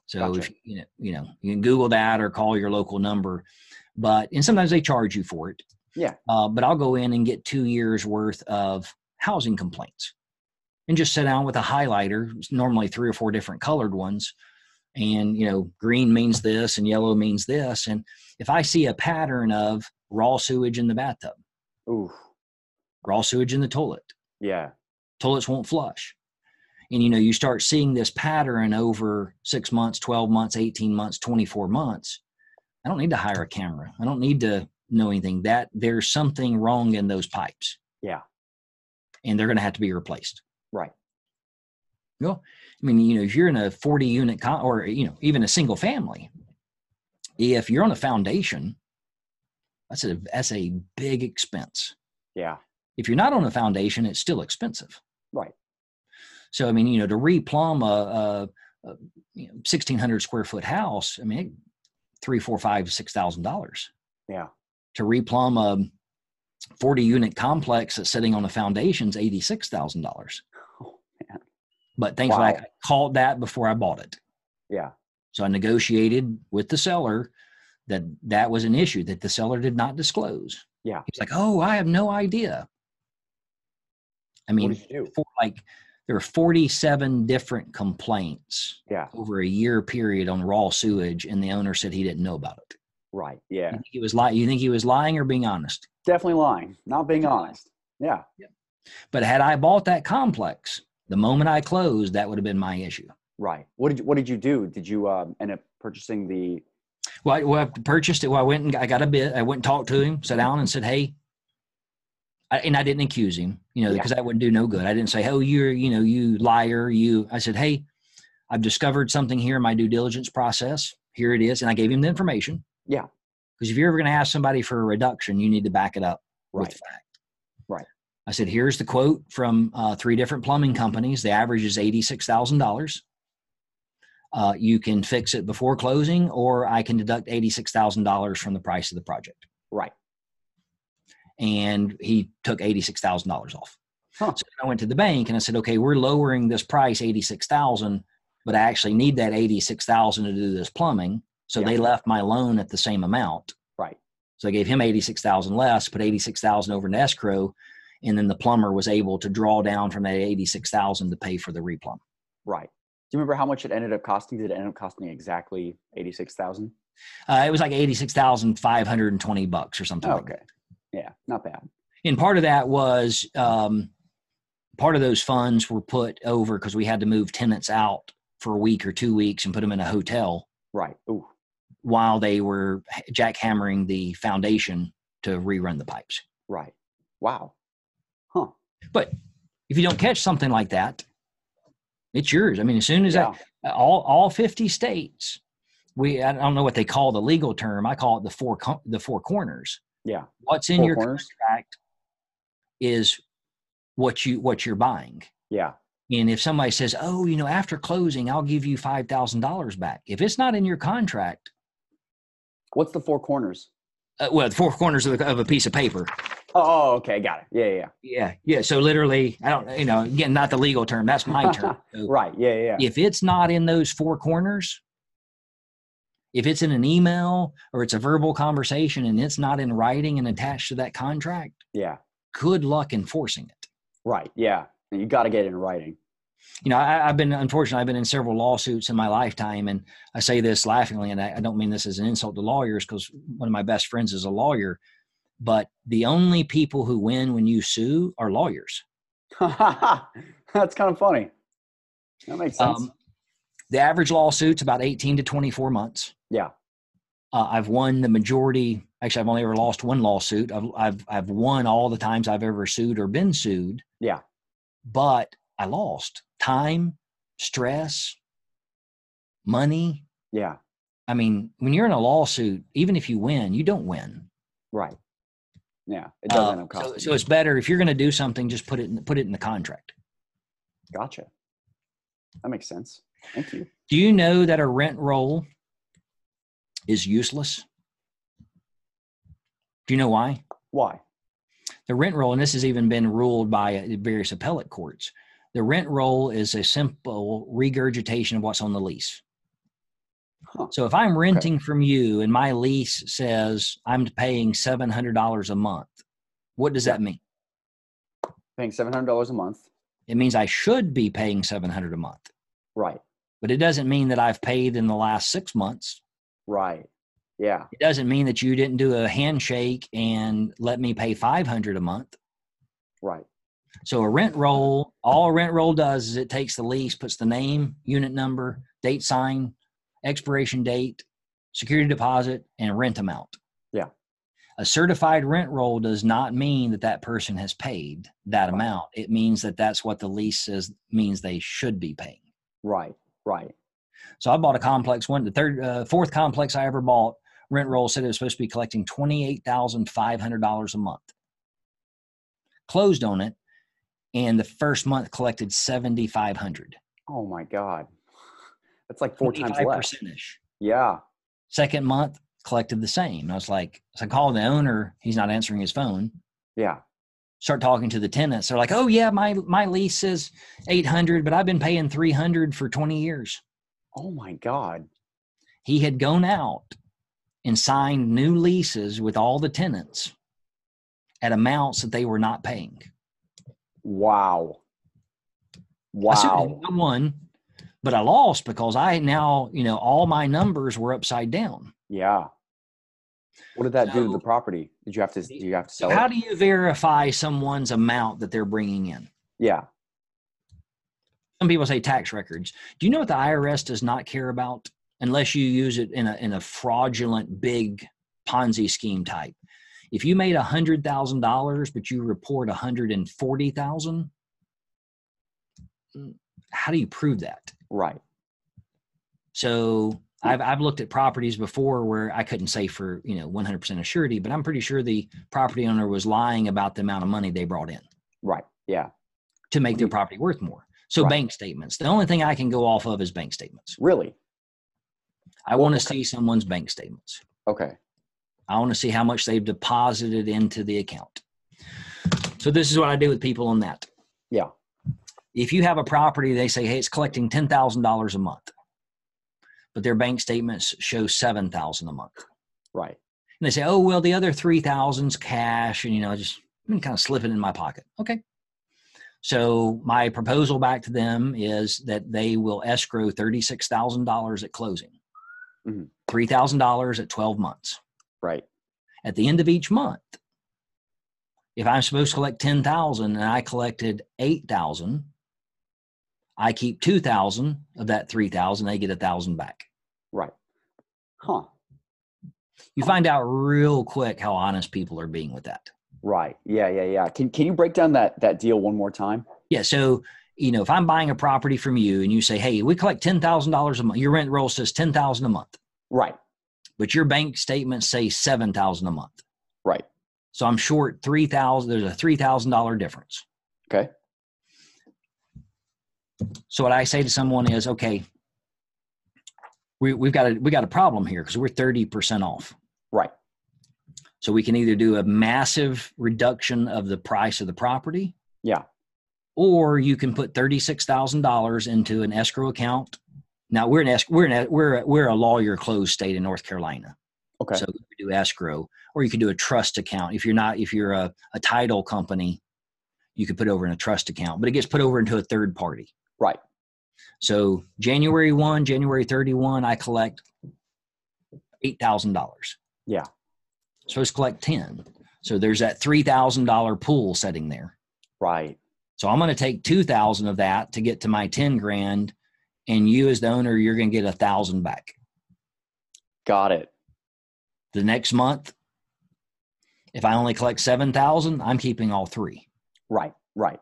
Speaker 2: So if
Speaker 1: Gotcha.
Speaker 2: you know, you know, you can Google that or call your local number, but and sometimes they charge you for it.
Speaker 1: Yeah.
Speaker 2: Uh, but I'll go in and get two years worth of housing complaints, and just sit down with a highlighter, it's normally three or four different colored ones, and you know, green means this and yellow means this, and if I see a pattern of raw sewage in the bathtub,
Speaker 1: Ooh.
Speaker 2: raw sewage in the toilet,
Speaker 1: Yeah.
Speaker 2: toilets won't flush. And you know, you start seeing this pattern over six months, 12 months, 18 months, 24 months. I don't need to hire a camera. I don't need to know anything. That there's something wrong in those pipes.
Speaker 1: Yeah.
Speaker 2: And they're going to have to be replaced.
Speaker 1: Right.
Speaker 2: You know, I mean, you know, if you're in a 40 unit co- or, you know, even a single family, if you're on a foundation, that's a, that's a big expense
Speaker 1: Yeah.
Speaker 2: if you're not on a foundation, it's still expensive.
Speaker 1: Right.
Speaker 2: So I mean, you know, to replumb a, a, a you know, 1,600 square foot house, I mean, three, four, five, six thousand dollars.
Speaker 1: Yeah.
Speaker 2: To replumb a 40 unit complex that's sitting on the foundation's eighty-six thousand dollars.
Speaker 1: Oh, man.
Speaker 2: But thankfully,
Speaker 1: Wow.
Speaker 2: I called that before I bought it.
Speaker 1: Yeah.
Speaker 2: So I negotiated with the seller that that was an issue that the seller did not disclose.
Speaker 1: Yeah.
Speaker 2: He's like, "Oh, I have no idea." I mean,
Speaker 1: what did you do?
Speaker 2: for like there were 47 different complaints
Speaker 1: Yeah.
Speaker 2: over a year period on raw sewage and the owner said he didn't know about it
Speaker 1: Right. Yeah.
Speaker 2: you think he was lying you think he was lying or being honest
Speaker 1: Definitely lying. Not being honest. Yeah.
Speaker 2: but had i bought that complex the moment i closed that would have been my issue
Speaker 1: Right. What did you, what did you do? Did you um, end up purchasing the
Speaker 2: well i, well, I purchased it well i went and i got a bid i went and talked to him sat down and said hey I, and i didn't accuse him you know
Speaker 1: Yeah.
Speaker 2: because that would do no good i didn't say oh you're you know you liar you i said hey i've discovered something here in my due diligence process here it is and i gave him the information
Speaker 1: Yeah.
Speaker 2: Because if you're ever going to ask somebody for a reduction, you need to back it up
Speaker 1: right?
Speaker 2: with fact.
Speaker 1: Right.
Speaker 2: I said, here's the quote from uh, three different plumbing companies. The average is eighty-six thousand dollars. Uh, you can fix it before closing, or I can deduct eighty-six thousand dollars from the price of the project.
Speaker 1: Right.
Speaker 2: And he took eighty-six thousand dollars off.
Speaker 1: Huh.
Speaker 2: So I went to the bank and I said, okay, we're lowering this price eighty-six thousand, but I actually need that eighty-six thousand to do this plumbing. So
Speaker 1: Yeah.
Speaker 2: they left my loan at the same amount.
Speaker 1: Right.
Speaker 2: So I gave him eighty-six thousand less, put eighty-six thousand over in escrow, and then the plumber was able to draw down from that eighty-six thousand to pay for the replumb.
Speaker 1: Right. Do you remember how much it ended up costing? Did it end up costing exactly eighty six thousand?
Speaker 2: Uh, it was like eighty-six thousand five hundred and twenty bucks or something.
Speaker 1: Oh,
Speaker 2: Like that.
Speaker 1: okay. Yeah. Not bad.
Speaker 2: And part of that was um, part of those funds were put over because we had to move tenants out for a week or two weeks and put them in a hotel
Speaker 1: Right. Ooh.
Speaker 2: while they were h- jackhammering the foundation to rerun the pipes.
Speaker 1: Right. Wow. Huh.
Speaker 2: If you don't catch something like that, it's yours. I mean, as soon as that
Speaker 1: Yeah.
Speaker 2: all all 50 states we i don't know what they call the legal term i call it the four co- the four corners
Speaker 1: Yeah.
Speaker 2: what's in
Speaker 1: Four
Speaker 2: your
Speaker 1: corners.
Speaker 2: contract is what you what you're buying
Speaker 1: Yeah.
Speaker 2: and if somebody says oh you know after closing i'll give you $5000 back if it's not in your contract
Speaker 1: What's the four corners?
Speaker 2: uh, well the four corners of, the, of a piece of paper
Speaker 1: Oh, okay. Got it. Yeah. Yeah. yeah.
Speaker 2: yeah yeah so literally i don't you know again not the legal term that's my term So
Speaker 1: Right. Yeah. Yeah. yeah.
Speaker 2: if it's not in those four corners If it's in an email or it's a verbal conversation and it's not in writing and attached to that contract,
Speaker 1: yeah,
Speaker 2: good luck enforcing it.
Speaker 1: right, yeah. And you got to get it in writing.
Speaker 2: you know, I, I've been unfortunately, I've been in several lawsuits in my lifetime, and I say this laughingly, and I, I don't mean this as an insult to lawyers because one of my best friends is a lawyer. But the only people who win when you sue are lawyers.
Speaker 1: That's kind of funny. That makes sense.
Speaker 2: Um, the average lawsuit's about 18 to 24 months.
Speaker 1: Yeah.
Speaker 2: Uh, I've won the majority. Actually, I've only ever lost one lawsuit. I've, I've, I've won all the times I've ever sued or been sued.
Speaker 1: Yeah.
Speaker 2: But I lost time, stress, money.
Speaker 1: yeah,
Speaker 2: I mean, when you're in a lawsuit, even if you win, you don't win.
Speaker 1: right. Yeah, it does
Speaker 2: Uh,
Speaker 1: end up
Speaker 2: so,
Speaker 1: costing.
Speaker 2: so it's better if you're going to do something, just put it in, put it in the contract.
Speaker 1: gotcha. That makes sense. Thank you.
Speaker 2: Do you know that a rent roll is useless? Do you know why?
Speaker 1: Why?
Speaker 2: The rent roll, and this has even been ruled by uh, various appellate courts. The rent roll is a simple regurgitation of what's on the lease.
Speaker 1: Huh.
Speaker 2: So if I'm renting from you and my lease says I'm paying $700 a month, what does that mean?
Speaker 1: Paying seven hundred dollars a month.
Speaker 2: It means I should be paying 700 a month,
Speaker 1: Right.
Speaker 2: but it doesn't mean that I've paid in the last 6 months.
Speaker 1: Right. Yeah.
Speaker 2: It doesn't mean that you didn't do a handshake and let me pay 500 a month.
Speaker 1: Right.
Speaker 2: So a rent roll, all a rent roll does is it takes the lease, puts the name, unit number, date sign, expiration date, security deposit, and rent amount.
Speaker 1: Yeah.
Speaker 2: A certified rent roll does not mean that that person has paid that
Speaker 1: Right.
Speaker 2: amount. It means that that's what the lease says means they should be paying.
Speaker 1: Right. Right.
Speaker 2: So I bought a complex one, the third, uh, fourth complex I ever bought. Rent roll said it was supposed to be collecting twenty eight thousand five hundred dollars a month. Closed on it, and the first month collected seventy five hundred.
Speaker 1: Oh my God. That's like four times less.
Speaker 2: percentish.
Speaker 1: Yeah.
Speaker 2: Second month collected the same. And I was like, so I called the owner. He's not answering his phone.
Speaker 1: Yeah.
Speaker 2: Start talking to the tenants. They're like, oh yeah, my my lease says eight hundred, but I've been paying three hundred for twenty years.
Speaker 1: Oh my God.
Speaker 2: he had gone out and signed new leases with all the tenants at amounts that they were not paying.
Speaker 1: Wow.
Speaker 2: I certainly
Speaker 1: Wow.
Speaker 2: I won, but I lost because I now, you know, all my numbers were upside down.
Speaker 1: Yeah. What did that do to
Speaker 2: So-
Speaker 1: the property? Did you have to? Do you have to
Speaker 2: So
Speaker 1: sell
Speaker 2: how
Speaker 1: it?
Speaker 2: do you verify someone's amount that they're bringing in?
Speaker 1: Yeah.
Speaker 2: Some people say tax records. Do you know what the IRS does not care about unless you use it in a in a fraudulent big Ponzi scheme type? If you made hundred thousand dollars but you report a hundred and forty thousand, how do you prove that?
Speaker 1: Right.
Speaker 2: So I've I've looked at properties before where I couldn't say for you know one hundred percent of surety, but I'm pretty sure the property owner was lying about the amount of money they brought in
Speaker 1: Right. Yeah.
Speaker 2: to make their property worth more. So
Speaker 1: Right.
Speaker 2: bank statements. The only thing I can go off of is bank statements.
Speaker 1: Really.
Speaker 2: I want to see someone's bank statements.
Speaker 1: Okay.
Speaker 2: I want to see how much they've deposited into the account. So this is what I do with people on that.
Speaker 1: Yeah.
Speaker 2: If you have a property, they say, "Hey, it's collecting ten thousand dollars a month," but their bank statements show seven thousand a month,
Speaker 1: Right.
Speaker 2: and they say, "Oh, well, the other three thousand's cash, and you know, I just I'm kind of slipping in my pocket." Okay. So my proposal back to them is that they will escrow thirty six thousand dollars at closing,
Speaker 1: Mhm.
Speaker 2: thousand dollars at twelve months
Speaker 1: Right.
Speaker 2: at the end of each month if i'm supposed to collect 10000 and i collected 8000 i keep 2000 of that 3000 they get 1000 back
Speaker 1: Right. Huh.
Speaker 2: you find out real quick how honest people are being with that
Speaker 1: Right. Yeah. Yeah. Yeah. Can Can you break down that that deal one more time?
Speaker 2: yeah so you know if i'm buying a property from you and you say hey we collect $10000 a month your rent roll says 10000 a month
Speaker 1: Right.
Speaker 2: but your bank statements say 7000 a month
Speaker 1: Right.
Speaker 2: So I'm short three thousand. There's a three thousand dollar difference.
Speaker 1: Okay.
Speaker 2: So what I say to someone is, okay, we, we've got a we got a problem here because we're thirty percent off.
Speaker 1: Right.
Speaker 2: So we can either do a massive reduction of the price of the property.
Speaker 1: Yeah.
Speaker 2: Or you can put thirty six thousand dollars into an escrow account Now we're an esc- we're an, we're a, we're a lawyer closed state in North Carolina.
Speaker 1: Okay.
Speaker 2: So you could do escrow, or you could do a trust account. If you're not, if you're a, a title company, you could put over in a trust account, but it gets put over into a third party.
Speaker 1: Right.
Speaker 2: So January one, January thirty one, I collect eight thousand dollars.
Speaker 1: Yeah.
Speaker 2: Supposed to collect ten. So there's that three thousand dollar pool sitting there.
Speaker 1: Right.
Speaker 2: So I'm going to take 2000 of that to get to my 10 grand and you as the owner you're going to get a 1000 back.
Speaker 1: Got it.
Speaker 2: The next month if I only collect 7000, I'm keeping all three.
Speaker 1: Right. Right.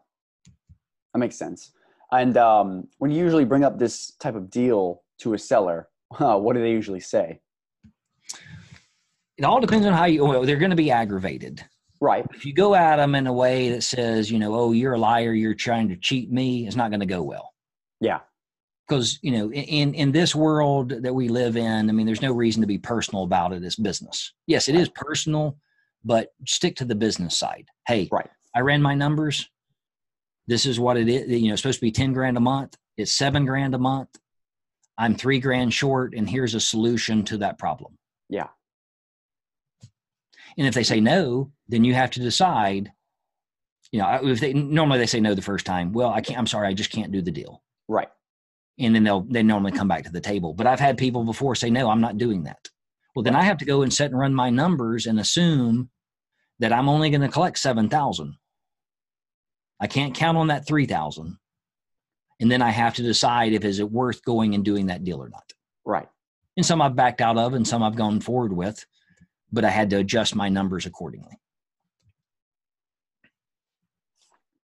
Speaker 1: That makes sense. And um, when you usually bring up this type of deal to a seller, what do they usually say?
Speaker 2: It all depends on how you well, they're going to be aggravated.
Speaker 1: Right.
Speaker 2: If you go at them in a way that says, you know, oh, you're a liar, you're trying to cheat me, it's not going to go well.
Speaker 1: Yeah.
Speaker 2: Because, you know, in in this world that we live in, I mean, there's no reason to be personal about it. It's business. Yes, it is personal, but stick to the business side. Hey,
Speaker 1: Right.
Speaker 2: I ran my numbers. This is what it is. You know, it's supposed to be 10 grand a month. It's seven grand a month. I'm three grand short, and here's a solution to that problem.
Speaker 1: Yeah.
Speaker 2: And if they say no, then you have to decide. You know, if they normally they say no the first time, well, I can't. I'm sorry, I just can't do the deal.
Speaker 1: Right.
Speaker 2: And then they'll they normally come back to the table. But I've had people before say no, I'm not doing that. Well, then I have to go and set and run my numbers and assume that I'm only going to collect seven thousand. I can't count on that three thousand, and then I have to decide if is it worth going and doing that deal or not
Speaker 1: Right.
Speaker 2: and some I've backed out of, and some I've gone forward with, but I had to adjust my numbers accordingly.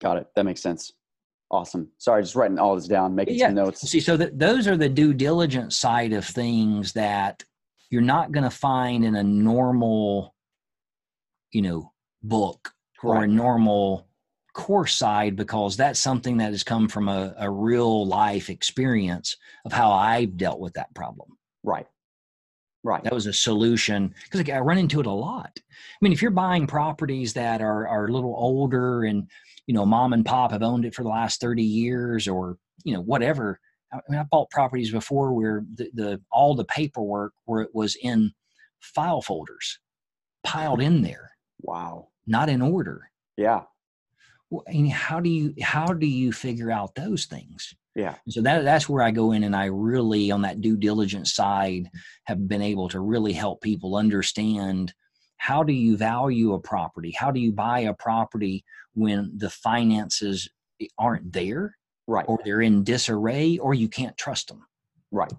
Speaker 1: Got it. That makes sense. Awesome. Sorry, just writing all this down, making some
Speaker 2: Yeah.
Speaker 1: notes.
Speaker 2: See, so that those are the due diligence side of things that you're not going to find in a normal, you know, book or a
Speaker 1: Right.
Speaker 2: normal course side because that's something that has come from a, a real life experience of how I've dealt with that problem.
Speaker 1: Right. Right.
Speaker 2: that was a solution because like, i run into it a lot i mean if you're buying properties that are are a little older and you know mom and pop have owned it for the last 30 years or you know whatever i mean i bought properties before where the, the all the paperwork where it was in file folders piled in there
Speaker 1: Wow.
Speaker 2: not in order
Speaker 1: Yeah.
Speaker 2: well, I mean, how do you how do you figure out those things?
Speaker 1: Yeah.
Speaker 2: And So that that's where I go in and I really on that due diligence side have been able to really help people understand how do you value a property? How do you buy a property when the finances aren't there
Speaker 1: Right.
Speaker 2: or they're in disarray or you can't trust them?
Speaker 1: Right.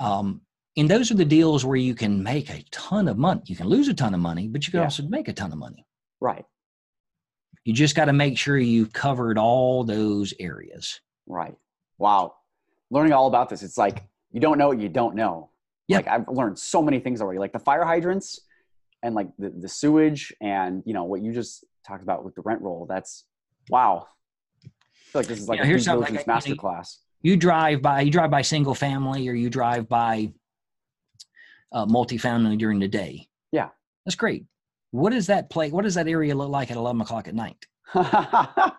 Speaker 2: Um, and those are the deals where you can make a ton of money. You can lose a ton of money, but you can
Speaker 1: Yeah.
Speaker 2: also make a ton of money.
Speaker 1: Right.
Speaker 2: You just got to make sure you've covered all those areas.
Speaker 1: Right. Wow. Learning all about this. It's like you don't know what you don't know.
Speaker 2: Yeah.
Speaker 1: Like I've learned so many things already, like the fire hydrants and like the, the sewage and you know what you just talked about with the rent roll. That's wow. I feel like this is like a
Speaker 2: Yeah,
Speaker 1: due
Speaker 2: here's something like
Speaker 1: diligence
Speaker 2: that, you know,
Speaker 1: masterclass.
Speaker 2: You drive by, you drive by single family, or you drive by uh, multifamily during the day.
Speaker 1: Yeah.
Speaker 2: that's great. What does that play? What does that area look like at eleven o'clock at night?
Speaker 1: yeah,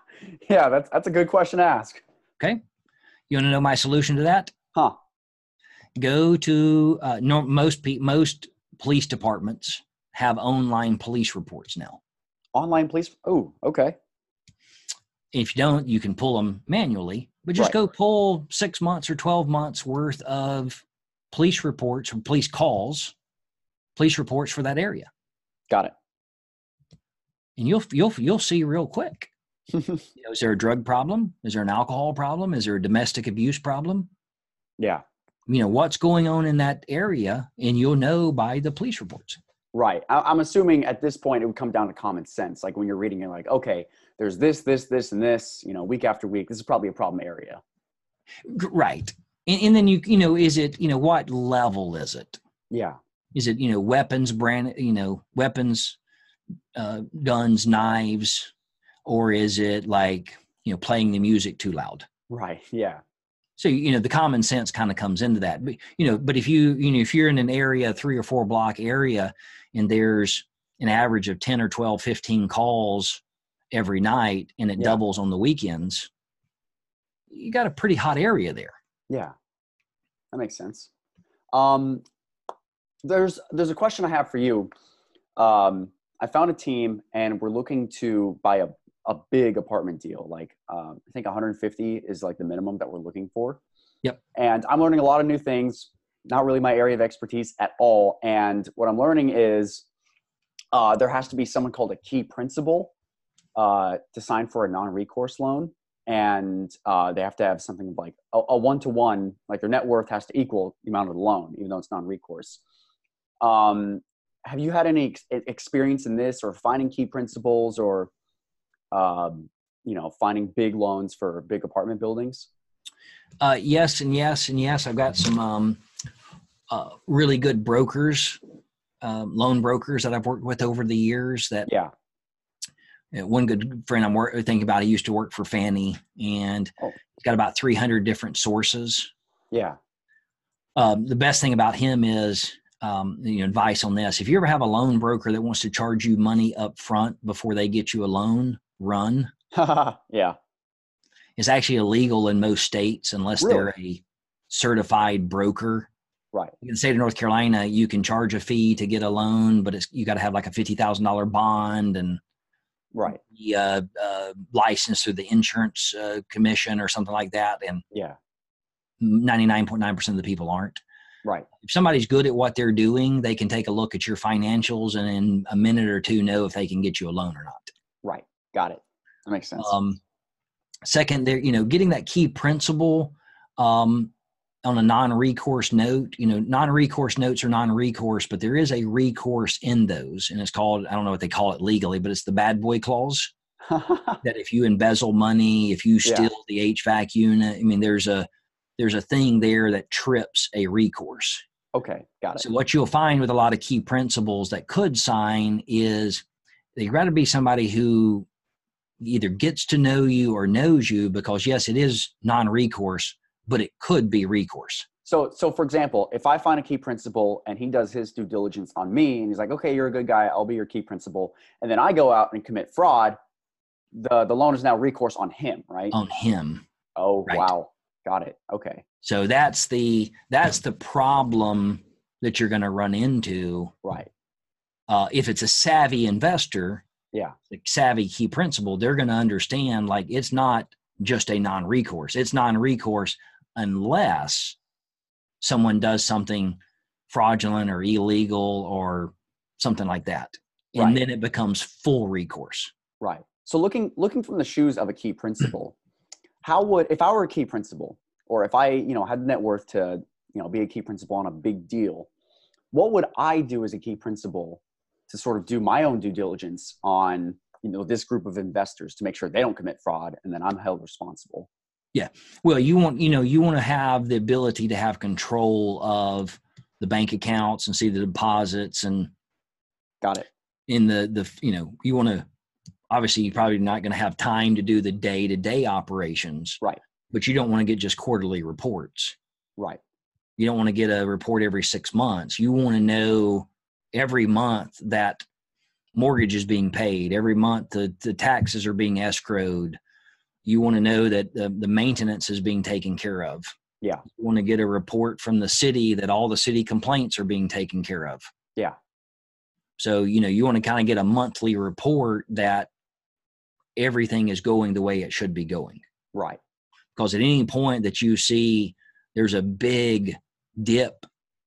Speaker 1: that's that's a good question to ask.
Speaker 2: You want to know my solution to that?
Speaker 1: Huh.
Speaker 2: Go to uh, nor- most pe- most police departments have online police reports now.
Speaker 1: Online police. Oh, okay.
Speaker 2: if you don't, you can pull them manually, but just
Speaker 1: Right.
Speaker 2: go pull six months or 12 months worth of police reports or police calls, police reports for that area.
Speaker 1: Got
Speaker 2: And you'll, you'll, you'll see real quick.
Speaker 1: it.
Speaker 2: You know, is there a drug problem? Is there an alcohol problem? Is there a domestic abuse problem?
Speaker 1: yeah.
Speaker 2: You know, what's going on in that area? And you'll know by the police reports.
Speaker 1: Right. I, I'm assuming at this point it would come down to common sense. Like when you're reading it, like, okay, there's this, this, this, and this, you know, week after week. This is probably a problem area.
Speaker 2: G- Right. And, and then you, you know, is it, you know, what level is it?
Speaker 1: Yeah.
Speaker 2: is it you know weapons brand you know weapons uh, guns knives or is it like you know playing the music too loud
Speaker 1: Right. Yeah.
Speaker 2: so you know the common sense kind of comes into that but you know but if you you know if you're in an area three or four block area and there's an average of 10 or 12 15 calls every night and it
Speaker 1: Yeah.
Speaker 2: doubles on the weekends you got a pretty hot area there.
Speaker 1: Yeah, that makes sense. Um, there's there's a question I have for you. Um, I found a team and we're looking to buy a a big apartment deal. Like um, I think 150 is like the minimum that we're looking for.
Speaker 2: Yep.
Speaker 1: And I'm learning a lot of new things. Not really my area of expertise at all. And what I'm learning is uh, there has to be someone called a key principal uh, to sign for a non-recourse loan, and uh, they have to have something like a, a one-to-one, like their net worth has to equal the amount of the loan, even though it's non-recourse. Um, have you had any ex- e, experience in this, or finding key principles, or um, you know, finding big loans for big apartment buildings?
Speaker 2: Uh, yes, and yes, and yes. I've got some um, uh, really good brokers, uh, loan brokers that I've worked with over the years. That
Speaker 1: Yeah.
Speaker 2: uh, one good friend I'm work, thinking about, he used to work for Fannie, and
Speaker 1: Oh.
Speaker 2: he's got about 300 different sources.
Speaker 1: Yeah.
Speaker 2: um, the best thing about him is um, you know, advice on this. If you ever have a loan broker that wants to charge you money up front before they get you a loan, run.
Speaker 1: yeah.
Speaker 2: It's actually illegal in most states unless they're a certified broker.
Speaker 1: Right.
Speaker 2: In the state of North Carolina, you can charge a fee to get a loan, but it's you got to have like a fifty thousand dollar bond and
Speaker 1: Right.
Speaker 2: be uh, uh, licensed through the insurance uh, commission or something like that. And
Speaker 1: Yeah.
Speaker 2: ninety nine point nine percent of the people aren't.
Speaker 1: Right.
Speaker 2: if somebody's good at what they're doing, they can take a look at your financials and in a minute or two know if they can get you a loan or not.
Speaker 1: Right. Got it. That makes sense.
Speaker 2: Um, second, there, you know, getting that key principle um, on a non-recourse note. You know, non-recourse notes are non-recourse, but there is a recourse in those, and it's called I don't know what they call it legally, but it's the bad boy clause that if you embezzle money, if you
Speaker 1: Yeah.
Speaker 2: steal the HVAC unit, I mean, there's a there's a thing there that trips a recourse.
Speaker 1: okay. Got it.
Speaker 2: So what you'll find with a lot of key principles that could sign is they got to be somebody who either gets to know you or knows you because yes, it is non-recourse, but it could be recourse.
Speaker 1: So, so for example, if I find a key principal and he does his due diligence on me, and he's like, "Okay, you're a good guy. I'll be your key principal," and then I go out and commit fraud, the the loan is now recourse on him, right?
Speaker 2: on him.
Speaker 1: oh,
Speaker 2: Uh, right.
Speaker 1: wow, got it. Okay,
Speaker 2: So that's the that's the problem that you're going to run into
Speaker 1: right.
Speaker 2: uh, if it's a savvy investor,
Speaker 1: Yeah.
Speaker 2: like savvy key principle, they're going to understand like it's not just a non-recourse. It's non-recourse unless someone does something fraudulent or illegal or something like that, and
Speaker 1: Right.
Speaker 2: then it becomes full recourse.
Speaker 1: Right. So looking looking from the shoes of a key principal, how would if I were a key principal, or if I you know had the net worth to you know be a key principal on a big deal, what would I do as a key principal to sort of do my own due diligence on you know this group of investors to make sure they don't commit fraud and then I'm held responsible?
Speaker 2: Well, you want you know you want to have the ability to have control of the bank accounts and see the deposits and
Speaker 1: Got it.
Speaker 2: in the the you know you want to obviously you're probably not going to have time to do the day to day operations
Speaker 1: Right.
Speaker 2: but you don't want to get just quarterly reports
Speaker 1: Right.
Speaker 2: you don't want to get a report every six months you want to know every month that mortgage is being paid every month the, the taxes are being escrowed you want to know that the, the maintenance is being taken care of
Speaker 1: Yeah.
Speaker 2: you want to get a report from the city that all the city complaints are being taken care of
Speaker 1: Yeah.
Speaker 2: so you know you want to kind of get a monthly report that everything is going the way it should be going
Speaker 1: Right.
Speaker 2: because at any point that you see there's a big dip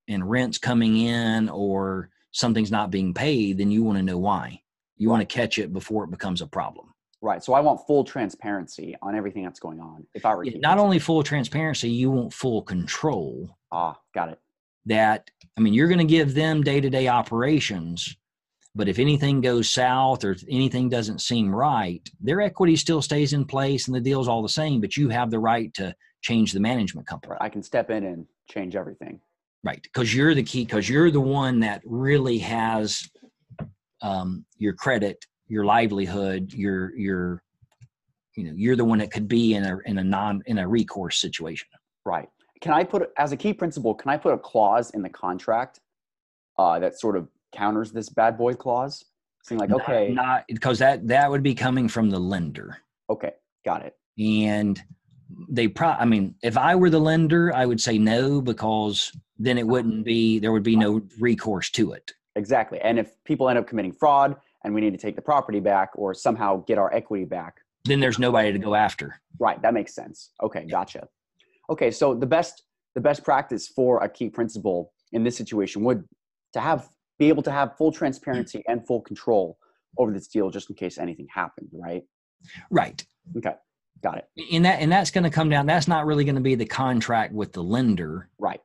Speaker 2: in rents coming in or something's not being paid, then you want to know why. You want to catch it before it becomes a problem.
Speaker 1: Right. So I want full transparency on everything that's going on. If I were a key
Speaker 2: Not
Speaker 1: principal.
Speaker 2: only full transparency, you want full control
Speaker 1: ah, got it.
Speaker 2: that, I mean, you're going to give them day to day operations, but if anything goes south or if anything doesn't seem right, their equity still stays in place and the deal's all the same, but you have the right to change the management company.
Speaker 1: Right. I can step in and change everything.
Speaker 2: Right, because you're the key. Because you're the one that really has um, your credit, your livelihood, your your you know you're the one that could be in a in a non in a recourse situation.
Speaker 1: Right. Can I put, as a key principle, can I put a clause in the contract uh, that sort of counters this bad boy clause? Saying like,
Speaker 2: Not-
Speaker 1: okay,
Speaker 2: not because that that would be coming from the lender,
Speaker 1: okay, got it.
Speaker 2: and they pro i mean if i were the lender i would say no because then it wouldn't be there would be no recourse to it
Speaker 1: Exactly. And if people end up committing fraud and we need to take the property back or somehow get our equity back,
Speaker 2: then there's nobody to go after
Speaker 1: right, that makes sense. Okay, gotcha. Okay, so the best the best practice for a key principal in this situation would to have be able to have full transparency and full control over this deal just in case anything happened, right?
Speaker 2: right
Speaker 1: Got it.
Speaker 2: and that and that's going to come down that's not really going to be the contract with the lender
Speaker 1: Right.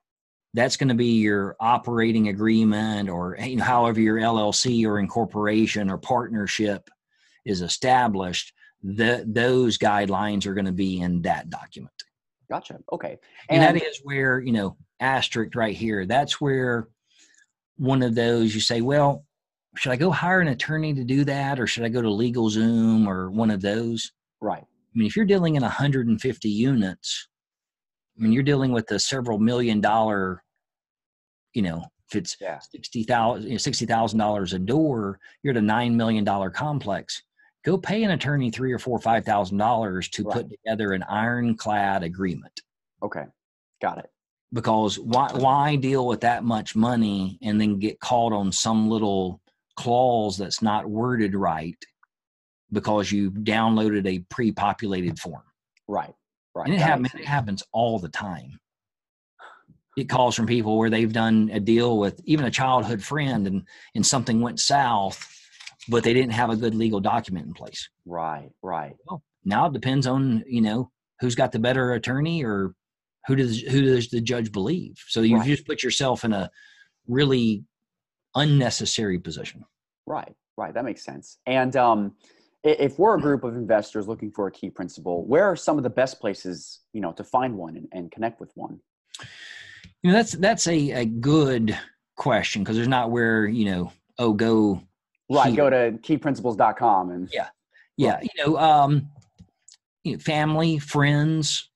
Speaker 2: that's going to be your operating agreement or you know, however your llc or incorporation or partnership is established the, those guidelines are going to be in that document
Speaker 1: Gotcha. Okay.
Speaker 2: and, that is where you know asterisk right here that's where one of those you say well should i go hire an attorney to do that or should i go to legal zoom or one of those
Speaker 1: right.
Speaker 2: i mean if you're dealing in 150 units i mean you're dealing with a several million dollar you know if it's
Speaker 1: Yeah.
Speaker 2: sixty thousand you know, sixty thousand dollars a door you're at a nine million dollar complex go pay an attorney three or four five thousand dollars to
Speaker 1: Right.
Speaker 2: put together an ironclad agreement
Speaker 1: Okay. Got it.
Speaker 2: because why why deal with that much money and then get caught on some little clause that's not worded right because you downloaded a pre-populated form
Speaker 1: Right. Right.
Speaker 2: and it,
Speaker 1: That
Speaker 2: hap-
Speaker 1: makes
Speaker 2: it
Speaker 1: sense.
Speaker 2: happens all the time it calls from people where they've done a deal with even a childhood friend and and something went south but they didn't have a good legal document in place
Speaker 1: Right. Right.
Speaker 2: now it depends on you know who's got the better attorney or who does who does the judge believe so you
Speaker 1: Right.
Speaker 2: just put yourself in a really unnecessary position
Speaker 1: Right, right. That makes sense. And um, i- if we're a group of investors looking for a key principal, where are some of the best places, you know, to find one and, and connect with one?
Speaker 2: you know that's that's a, a good question because there's not where you know oh go
Speaker 1: Right. Go
Speaker 2: Here.
Speaker 1: to keyprinciples.com and
Speaker 2: Yeah. yeah you know um you know, family friends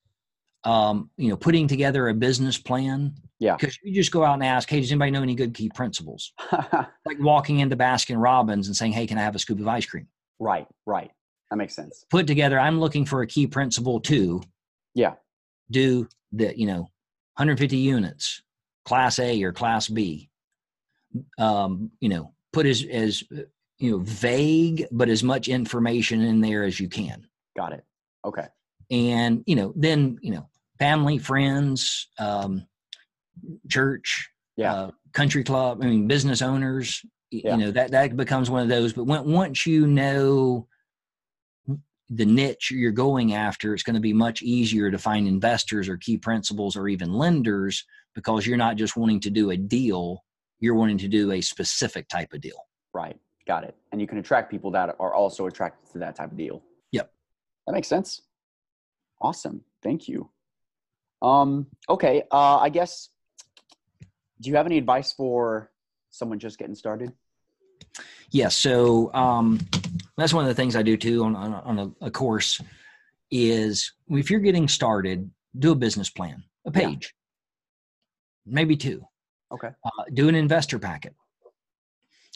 Speaker 2: um you know putting together a business plan
Speaker 1: Yeah.
Speaker 2: because you just go out and ask hey does anybody know any good key principles like walking into baskin robbins and saying hey can i have a scoop of ice cream
Speaker 1: right, right. That makes sense.
Speaker 2: put together i'm looking for a key principle to
Speaker 1: Yeah.
Speaker 2: do the you know 150 units class a or class b um you know put as as uh, you know vague but as much information in there as you can
Speaker 1: Got it. Okay.
Speaker 2: and you know then you know family friends um church
Speaker 1: Yeah.
Speaker 2: uh, country club i mean business owners y-
Speaker 1: Yeah.
Speaker 2: you know that that becomes one of those but when, once you know the niche you're going after it's going to be much easier to find investors or key principals or even lenders because you're not just wanting to do a deal you're wanting to do a specific type of deal
Speaker 1: Right. Got it. And you can attract people that are also attracted to that type of deal.
Speaker 2: Yep.
Speaker 1: That makes sense. Awesome. Thank you. Um, okay. Uh, I guess, do you have any advice for someone just getting started?
Speaker 2: Yeah, so um, that's one of the things I do too on, on, on a, a course is if you're getting started, do a business plan, a
Speaker 1: Yeah.
Speaker 2: page, maybe two.
Speaker 1: Okay.
Speaker 2: Uh, do an investor packet.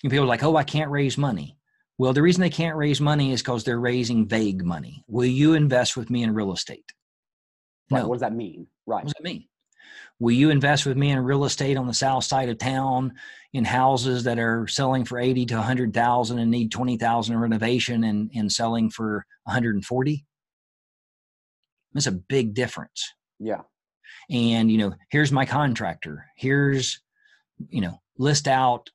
Speaker 2: And people are like, oh, I can't raise money. Well, the reason they can't raise money is because they're raising vague money. Will you invest with me in real estate?
Speaker 1: Right.
Speaker 2: No.
Speaker 1: What does that mean? Right.
Speaker 2: What does that mean? Will you invest with me in real estate on the south side of town in houses that are selling for eighty to a hundred thousand and need twenty thousand in renovation and, and selling for one hundred and forty? That's a big difference.
Speaker 1: Yeah.
Speaker 2: And you know, here's my contractor. Here's you know, list out.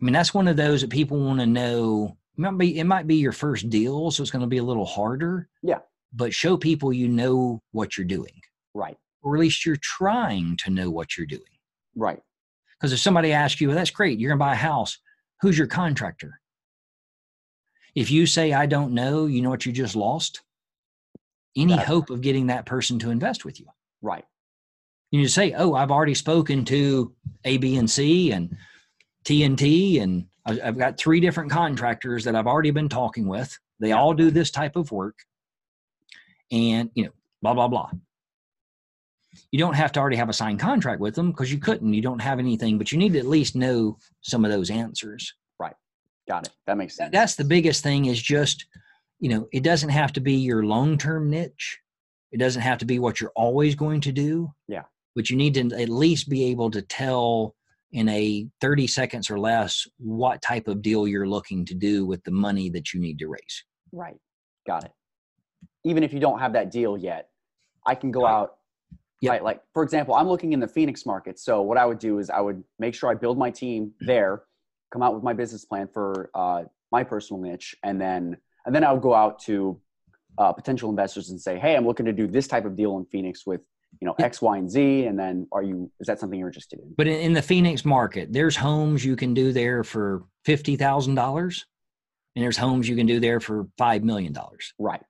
Speaker 2: I mean, that's one of those that people want to know. It might be it might be your first deal, so it's going to be a little harder.
Speaker 1: Yeah.
Speaker 2: But show people you know what you're doing
Speaker 1: Right.
Speaker 2: or at least you're trying to know what you're doing.
Speaker 1: Right.
Speaker 2: Because if somebody asks you, well, that's great, you're going to buy a house, who's your contractor? If you say, I don't know, you know what you just lost? Any
Speaker 1: That-
Speaker 2: hope of getting that person to invest with you.
Speaker 1: Right.
Speaker 2: You just say, oh, I've already spoken to A, B, and C and T and T, and I- I've got three different contractors that I've already been talking with. They all do this type of work. And, you know, blah, blah, blah. You don't have to already have a signed contract with them because you couldn't. You don't have anything, but you need to at least know some of those answers.
Speaker 1: Got it. That makes
Speaker 2: That-
Speaker 1: sense.
Speaker 2: That's the biggest thing is just, you know, it doesn't have to be your long term niche. It doesn't have to be what you're always going to do.
Speaker 1: Yeah.
Speaker 2: But you need to at least be able to tell in a 30 seconds or less what type of deal you're looking to do with the money that you need to raise.
Speaker 1: Right. Got it. Even if you don't have that deal yet, I can go
Speaker 2: Right.
Speaker 1: out.
Speaker 2: Yep.
Speaker 1: Right. Like, for example, I'm looking in the Phoenix market. So, what I would do is I would make sure I build my team
Speaker 2: Mm-hmm.
Speaker 1: there, come out with my business plan for uh, my personal niche, and then and then I would go out to uh, potential investors and say, "Hey, I'm looking to do this type of deal in Phoenix with you know
Speaker 2: Yeah.
Speaker 1: X, Y, and Z." And then, are you is that something you're interested in?
Speaker 2: But in, in the Phoenix market, there's homes you can do there for $50,000 and there's homes you can do there for $5 million.
Speaker 1: Right.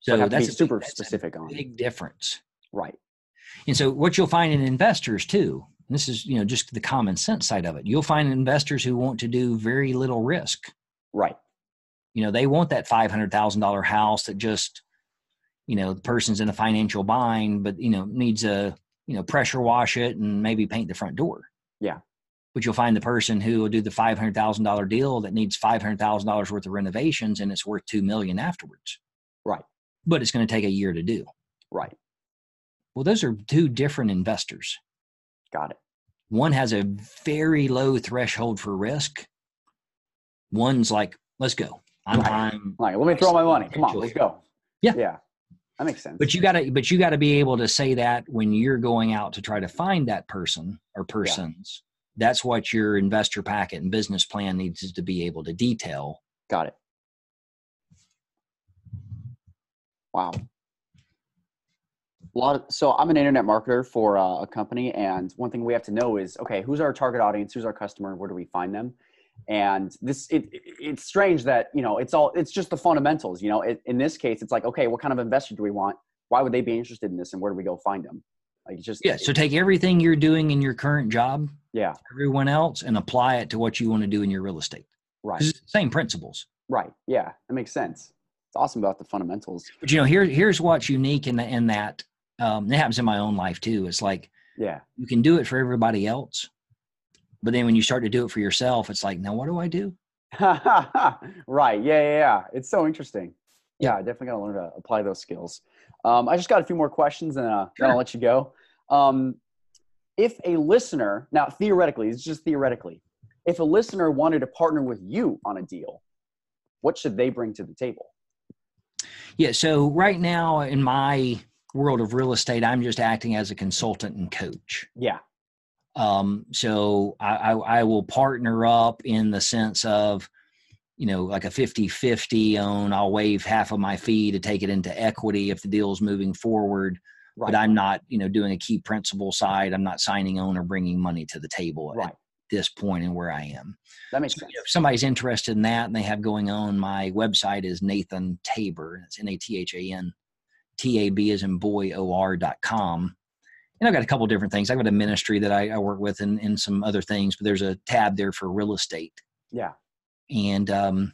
Speaker 1: So,
Speaker 2: So
Speaker 1: I have to
Speaker 2: that's
Speaker 1: be
Speaker 2: a-
Speaker 1: super
Speaker 2: that's a
Speaker 1: specific on
Speaker 2: big difference.
Speaker 1: right.
Speaker 2: And so what you'll find in investors too, and this is, you know, just the common sense side of it. You'll find investors who want to do very little risk.
Speaker 1: Right.
Speaker 2: You know, they want that $500,000 house that just, you know, the person's in a financial bind, but, you know, needs a, you know, pressure wash it and maybe paint the front door.
Speaker 1: Yeah.
Speaker 2: But you'll find the person who will do the $500,000 deal that needs $500,000 worth of renovations and it's worth 2 million afterwards.
Speaker 1: Right.
Speaker 2: But it's going to take a year to do.
Speaker 1: Right.
Speaker 2: Well, those are two different investors.
Speaker 1: Got it.
Speaker 2: one has a very low threshold for risk. One's like, let's go. I'm,
Speaker 1: Right.
Speaker 2: I'm
Speaker 1: Like, let me throw my money. Come on,
Speaker 2: Potential
Speaker 1: let's go.
Speaker 2: Yeah.
Speaker 1: Yeah. That makes sense.
Speaker 2: but you gotta but you gotta be able to say that when you're going out to try to find that person or persons. That's what your investor packet and business plan needs to be able to detail.
Speaker 1: Got it. Wow. A lot of, so I'm an internet marketer for uh, a company, and one thing we have to know is okay, who's our target audience? Who's our customer? and Where do we find them? And this, it, it- it's strange that you know, it's all, it's just the fundamentals. You know, it, in this case, it's like okay, what kind of investor do we want? Why would they be interested in this? And where do we go find them? Like it's just
Speaker 2: Yeah. So take everything you're doing in your current job,
Speaker 1: yeah,
Speaker 2: everyone else, and apply it to what you want to do in your real estate.
Speaker 1: right,
Speaker 2: 'Cause it's the same principles.
Speaker 1: right, yeah, that makes sense. It's awesome about the fundamentals.
Speaker 2: But you know, here here's what's unique in the, in that um, it happens in my own life too. It's like
Speaker 1: Yeah,
Speaker 2: you can do it for everybody else but then when you start to do it for yourself it's like now what do i do
Speaker 1: right. Yeah, yeah, yeah. It's so interesting.
Speaker 2: Yeah.
Speaker 1: Yeah, I definitely got to learn to apply those skills. Um, I just got a few more questions, and uh, then I'll
Speaker 2: Sure.
Speaker 1: let you go. Um, if a listener, now theoretically, it's just theoretically, if a listener wanted to partner with you on a deal, what should they bring to the table?
Speaker 2: yeah so right now in my world of real estate i'm just acting as a consultant and coach
Speaker 1: Yeah,
Speaker 2: um, so I, I, I will partner up in the sense of you know like a 50-50 own i'll waive half of my fee to take it into equity if the deal's moving forward
Speaker 1: right.
Speaker 2: but i'm not you know doing a key principal side i'm not signing on or bringing money to the table
Speaker 1: right.
Speaker 2: at this point and where i am
Speaker 1: That makes
Speaker 2: So,
Speaker 1: sense.
Speaker 2: you know, if somebody's interested in that and they have going on, my website is Nathan Tabor. It's N A T H A N T A B is in boy O R dot com. And I've got a couple different things. I've got a ministry that I, I work with and, and some other things, but there's a tab there for real estate.
Speaker 1: Yeah,
Speaker 2: And, um,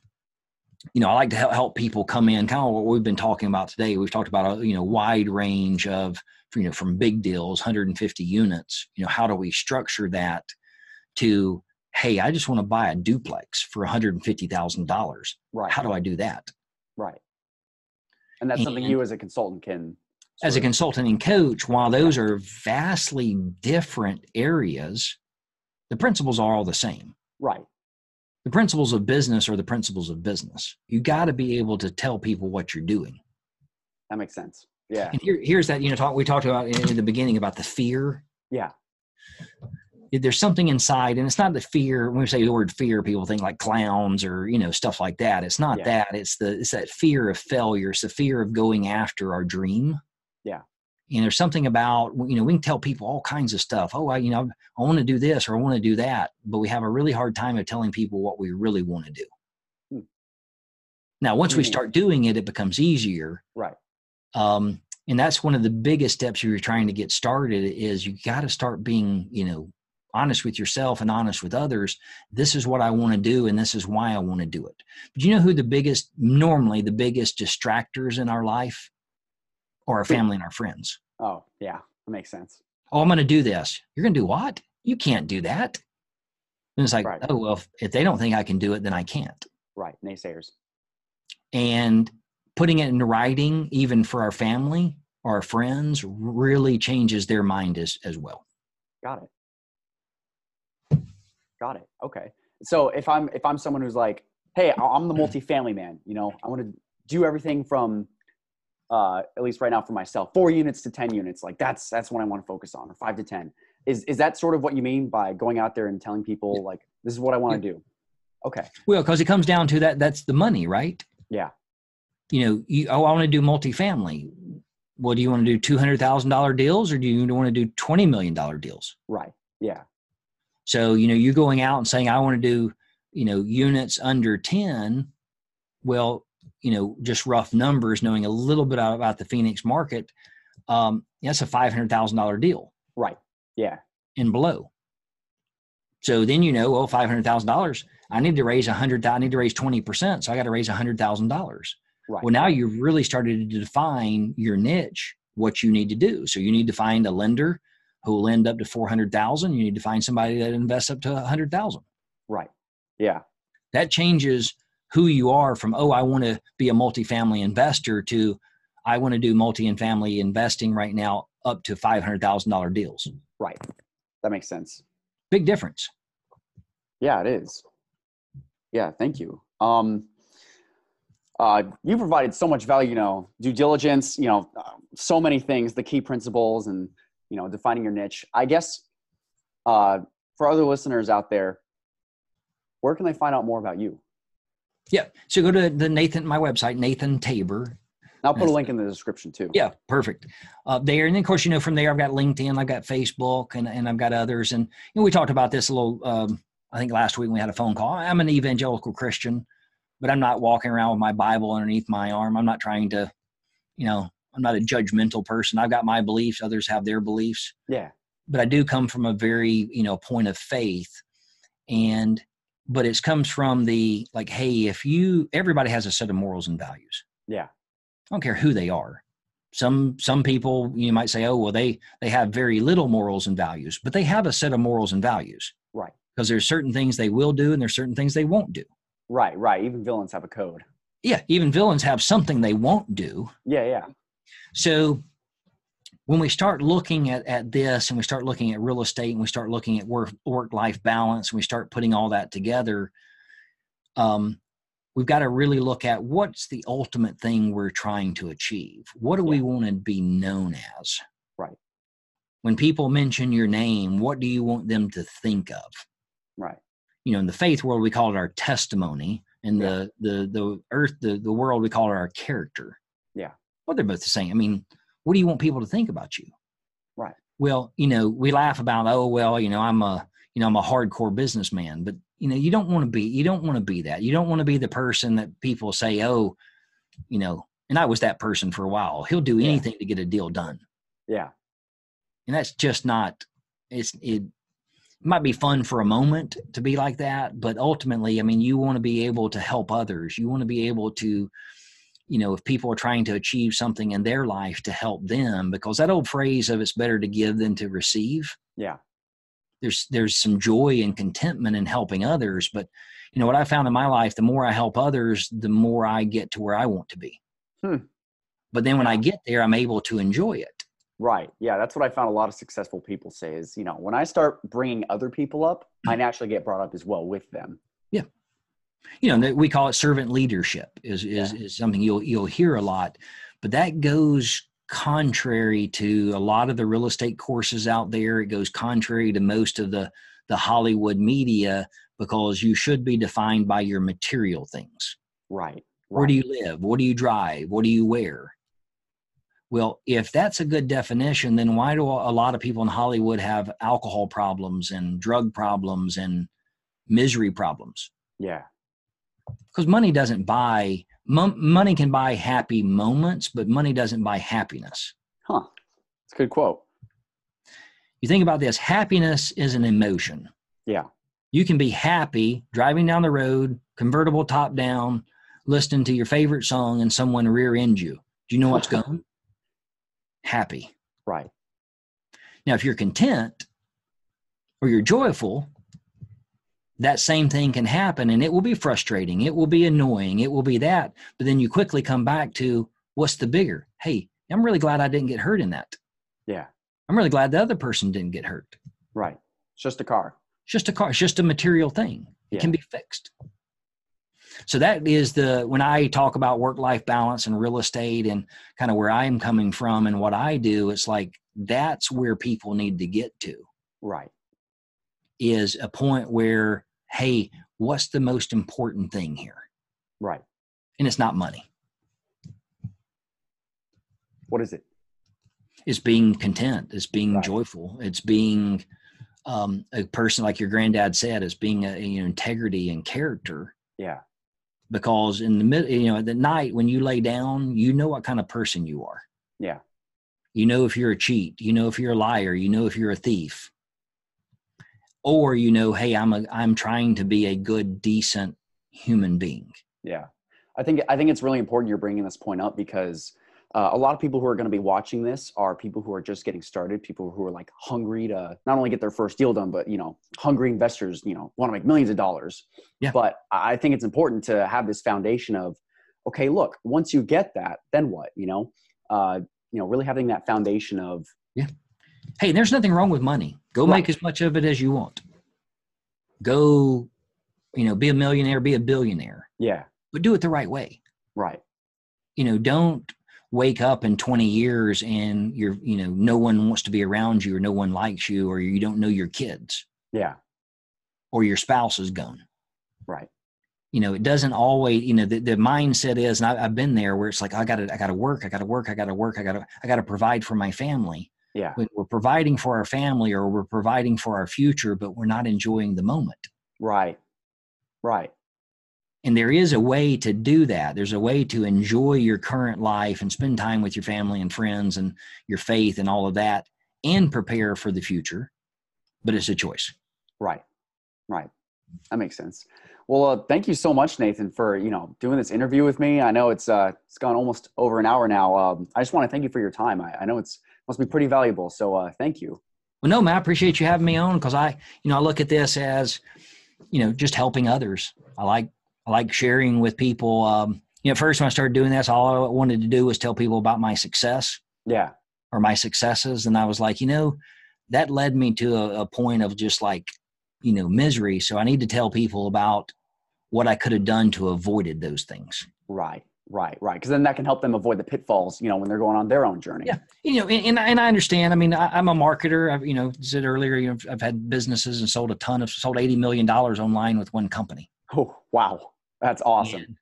Speaker 2: you know, I like to help, help people come in kind of what we've been talking about today. We've talked about a you know wide range of you know from big deals, 150 units. You know, how do we structure that to hey, I just want to buy a duplex for 150 thousand dollars.
Speaker 1: right,
Speaker 2: How do I do that?
Speaker 1: right. And that's something
Speaker 2: And-
Speaker 1: you as a consultant can.
Speaker 2: As a
Speaker 1: sort of-
Speaker 2: consultant and coach, while those are vastly different areas, the principles are all the same.
Speaker 1: Right,
Speaker 2: The principles of business are the principles of business. You got to be able to tell people what you're doing.
Speaker 1: that makes sense. Yeah,
Speaker 2: And here, here's that you know talk we talked about in, in the beginning about the fear.
Speaker 1: Yeah.
Speaker 2: There's something inside, and it's not the fear. When we say the word fear, people think like clowns or you know stuff like that. It's not
Speaker 1: Yeah.
Speaker 2: that. It's the it's that fear of failure. It's the fear of going after our dream.
Speaker 1: Yeah.
Speaker 2: And there's something about you know we can tell people all kinds of stuff. Oh, I you know I want to do this or I want to do that, but we have a really hard time of telling people what we really want to do.
Speaker 1: Hmm.
Speaker 2: Now, once we
Speaker 1: Hmm.
Speaker 2: start doing it, it becomes easier
Speaker 1: right,
Speaker 2: um, and that's one of the biggest steps if you're trying to get started is you got to start being you know honest with yourself and honest with others this is what i want to do and this is why i want to do it but you know who the biggest normally the biggest distractors in our life are our family and our friends
Speaker 1: Oh, yeah, that makes sense.
Speaker 2: oh i'm going to do this you're going to do what you can't do that and it's like
Speaker 1: Right.
Speaker 2: oh well if, if they don't think i can do it then i can't
Speaker 1: Right, naysayers.
Speaker 2: and putting it in writing, even for our family, our friends, really changes their mind as, as well.
Speaker 1: Got it. Got it. Okay. So if I'm if I'm someone who's like, hey, I'm the multifamily man, you know, I want to do everything from uh, at least right now for myself, four units to ten units. Like that's that's what I want to focus on, or five to ten. Is is that sort of what you mean by going out there and telling people like this is what I want to do? Okay.
Speaker 2: Well, because it comes down to that. That's the money, right?
Speaker 1: Yeah.
Speaker 2: You know, you, oh, I want to do multifamily. Well, do you want to do two hundred thousand dollar deals, or do you want to do twenty million dollar deals?
Speaker 1: Right. Yeah.
Speaker 2: So you know, you're going out and saying, I want to do you know units under ten. Well, you know just rough numbers knowing a little bit about the phoenix market um, that's a $500000 deal
Speaker 1: right yeah
Speaker 2: and below so then you know oh, well $500000 i need to raise 100 i need to raise 20% so i got to raise $100000 right. well now you've really started to define your niche what you need to do so you need to find a lender who will end up to 400000 you need to find somebody that invests up to 100000
Speaker 1: right yeah
Speaker 2: that changes who you are from oh i want to be a multifamily investor to i want to do multi and family investing right now up to $500000 deals
Speaker 1: right that makes sense
Speaker 2: big difference
Speaker 1: yeah it is yeah thank you um uh, you provided so much value you know due diligence you know uh, so many things the key principles and you know defining your niche i guess uh, for other listeners out there where can they find out more about you
Speaker 2: yeah. So go to the Nathan, my website, Nathan Tabor.
Speaker 1: I'll put a link in the description too.
Speaker 2: Yeah, perfect. Uh, there and then, of course, you know, from there, I've got LinkedIn, I've got Facebook, and and I've got others. And you know, we talked about this a little. Um, I think last week we had a phone call. I'm an evangelical Christian, but I'm not walking around with my Bible underneath my arm. I'm not trying to, you know, I'm not a judgmental person. I've got my beliefs. Others have their beliefs.
Speaker 1: Yeah.
Speaker 2: But I do come from a very you know point of faith, and but it comes from the like hey if you everybody has a set of morals and values
Speaker 1: yeah
Speaker 2: i don't care who they are some some people you might say oh well they they have very little morals and values but they have a set of morals and values
Speaker 1: right
Speaker 2: because there's certain things they will do and there's certain things they won't do
Speaker 1: right right even villains have a code
Speaker 2: yeah even villains have something they won't do
Speaker 1: yeah yeah
Speaker 2: so when we start looking at, at this and we start looking at real estate and we start looking at work work life balance and we start putting all that together, um, we've got to really look at what's the ultimate thing we're trying to achieve. What do yeah. we want to be known as?
Speaker 1: Right.
Speaker 2: When people mention your name, what do you want them to think of?
Speaker 1: Right.
Speaker 2: You know, in the faith world, we call it our testimony. In yeah. the the the earth, the the world, we call it our character.
Speaker 1: Yeah.
Speaker 2: Well, they're both the same. I mean, what do you want people to think about you
Speaker 1: right
Speaker 2: well you know we laugh about oh well you know i'm a you know i'm a hardcore businessman but you know you don't want to be you don't want to be that you don't want to be the person that people say oh you know and i was that person for a while he'll do anything yeah. to get a deal done
Speaker 1: yeah
Speaker 2: and that's just not it's it might be fun for a moment to be like that but ultimately i mean you want to be able to help others you want to be able to you know, if people are trying to achieve something in their life to help them, because that old phrase of it's better to give than to receive.
Speaker 1: Yeah.
Speaker 2: There's there's some joy and contentment in helping others. But you know what I found in my life, the more I help others, the more I get to where I want to be.
Speaker 1: Hmm.
Speaker 2: But then when I get there, I'm able to enjoy it.
Speaker 1: Right. Yeah. That's what I found a lot of successful people say is, you know, when I start bringing other people up, I naturally get brought up as well with them.
Speaker 2: Yeah you know we call it servant leadership is is, is something you'll you'll hear a lot but that goes contrary to a lot of the real estate courses out there it goes contrary to most of the the hollywood media because you should be defined by your material things
Speaker 1: right, right.
Speaker 2: where do you live what do you drive what do you wear well if that's a good definition then why do a lot of people in hollywood have alcohol problems and drug problems and misery problems
Speaker 1: yeah
Speaker 2: because money doesn't buy m- money can buy happy moments but money doesn't buy happiness
Speaker 1: huh it's a good quote
Speaker 2: you think about this happiness is an emotion
Speaker 1: yeah
Speaker 2: you can be happy driving down the road convertible top down listening to your favorite song and someone rear end you do you know what's going happy
Speaker 1: right
Speaker 2: now if you're content or you're joyful that same thing can happen and it will be frustrating it will be annoying it will be that but then you quickly come back to what's the bigger hey i'm really glad i didn't get hurt in that
Speaker 1: yeah
Speaker 2: i'm really glad the other person didn't get hurt
Speaker 1: right it's just a car
Speaker 2: it's just a car it's just a material thing it
Speaker 1: Yeah.
Speaker 2: can be fixed so that is the when i talk about work life balance and real estate and kind of where i am coming from and what i do it's like that's where people need to get to
Speaker 1: right
Speaker 2: is a point where, hey, what's the most important thing here?
Speaker 1: right
Speaker 2: And it's not money,
Speaker 1: what is it
Speaker 2: it's being content, it's being
Speaker 1: Right.
Speaker 2: joyful, it's being um, a person like your granddad said, it's being a, you know, integrity and character.
Speaker 1: yeah
Speaker 2: Because in the middle, you know, at the night when you lay down, you know what kind of person you are.
Speaker 1: Yeah.
Speaker 2: You know if you're a cheat, you know if you're a liar, you know if you're a thief. Or you know, hey, I'm a I'm trying to be a good, decent human being.
Speaker 1: Yeah, I think I think it's really important you're bringing this point up because uh, a lot of people who are going to be watching this are people who are just getting started, people who are like hungry to not only get their first deal done, but you know, hungry investors, you know, want to make millions of dollars.
Speaker 2: Yeah.
Speaker 1: But I I think it's important to have this foundation of, okay, look, once you get that, then what? You know, uh, you know, really having that foundation of
Speaker 2: hey, there's nothing wrong with money. Go
Speaker 1: Right.
Speaker 2: make as much of it as you want. Go, you know, be a millionaire, be a billionaire,
Speaker 1: yeah,
Speaker 2: but do it the right way.
Speaker 1: right,
Speaker 2: You know, don't wake up in 20 years and you're, you know, no one wants to be around you or no one likes you or you don't know your kids
Speaker 1: yeah,
Speaker 2: or your spouse is gone.
Speaker 1: right,
Speaker 2: You know, it doesn't always, you know, the, the mindset is, and I, I've been there where it's like, I gotta, I gotta work, I gotta work, I gotta work, I gotta, I gotta provide for my family.
Speaker 1: yeah,
Speaker 2: When we're providing for our family or we're providing for our future, but we're not enjoying the moment.
Speaker 1: right, right,
Speaker 2: And there is a way to do that. There's a way to enjoy your current life and spend time with your family and friends and your faith and all of that and prepare for the future. But it's a choice.
Speaker 1: Right, right. That makes sense. Well, uh, thank you so much, Nathan, for you know doing this interview with me. I know it's uh, it's gone almost over an hour now. Um, I just want to thank you for your time. I, I know it's must be pretty valuable. So uh, thank you.
Speaker 2: Well, no, man, I appreciate you having me on because I, you know, I look at this as, you know, just helping others. I like, I like sharing with people. Um, you know, at first when I started doing this, all I wanted to do was tell people about my success.
Speaker 1: Yeah,
Speaker 2: or my successes and i was like you know that led me to a, a point of just like you know misery so i need to tell people about what i could have done to avoided those things
Speaker 1: right, right, right. Because then that can help them avoid the pitfalls. You know, when they're going on their own journey.
Speaker 2: Yeah. you know and, and, I- and i understand i mean I, i'm a marketer i've you know said earlier you know, I've, I've had businesses and sold a ton of sold 80 million dollars online with one company
Speaker 1: Oh, wow, that's awesome.
Speaker 2: And,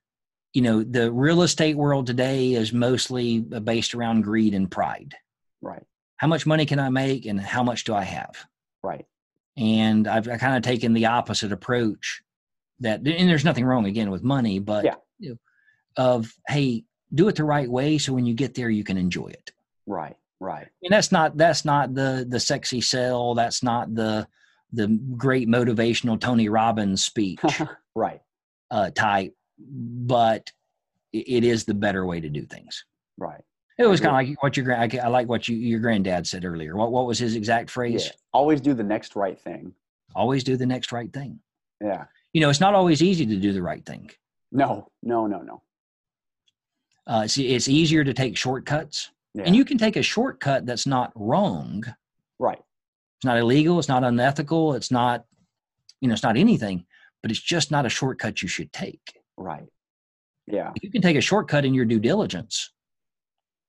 Speaker 2: you know the real estate world today is mostly based around greed and pride
Speaker 1: Right,
Speaker 2: how much money can i make and how much do i have
Speaker 1: right,
Speaker 2: and I've kind of taken the opposite approach that and there's nothing wrong again with money but
Speaker 1: Yeah.
Speaker 2: you know, of hey do it the right way so when you get there you can enjoy it
Speaker 1: right, right.
Speaker 2: and that's not that's not the the sexy sell that's not the the great motivational tony robbins speech
Speaker 1: right,
Speaker 2: uh, type but it- it is the better way to do things
Speaker 1: right.
Speaker 2: it was
Speaker 1: Agree.
Speaker 2: kind of like what your gran- I I like what you, your granddad said earlier what what was his exact phrase
Speaker 1: Yeah. Always do the next right thing.
Speaker 2: always do the next right thing
Speaker 1: Yeah.
Speaker 2: you know it's not always easy to do the right thing
Speaker 1: No, no, no, no.
Speaker 2: Uh, it's, it's easier to take shortcuts.
Speaker 1: Yeah.
Speaker 2: And you can take a shortcut that's not wrong. It's
Speaker 1: right,
Speaker 2: not illegal. It's not unethical. It's not, you know, it's not anything, but it's just not a shortcut you should take.
Speaker 1: right. Yeah,
Speaker 2: If you can take a shortcut in your due diligence,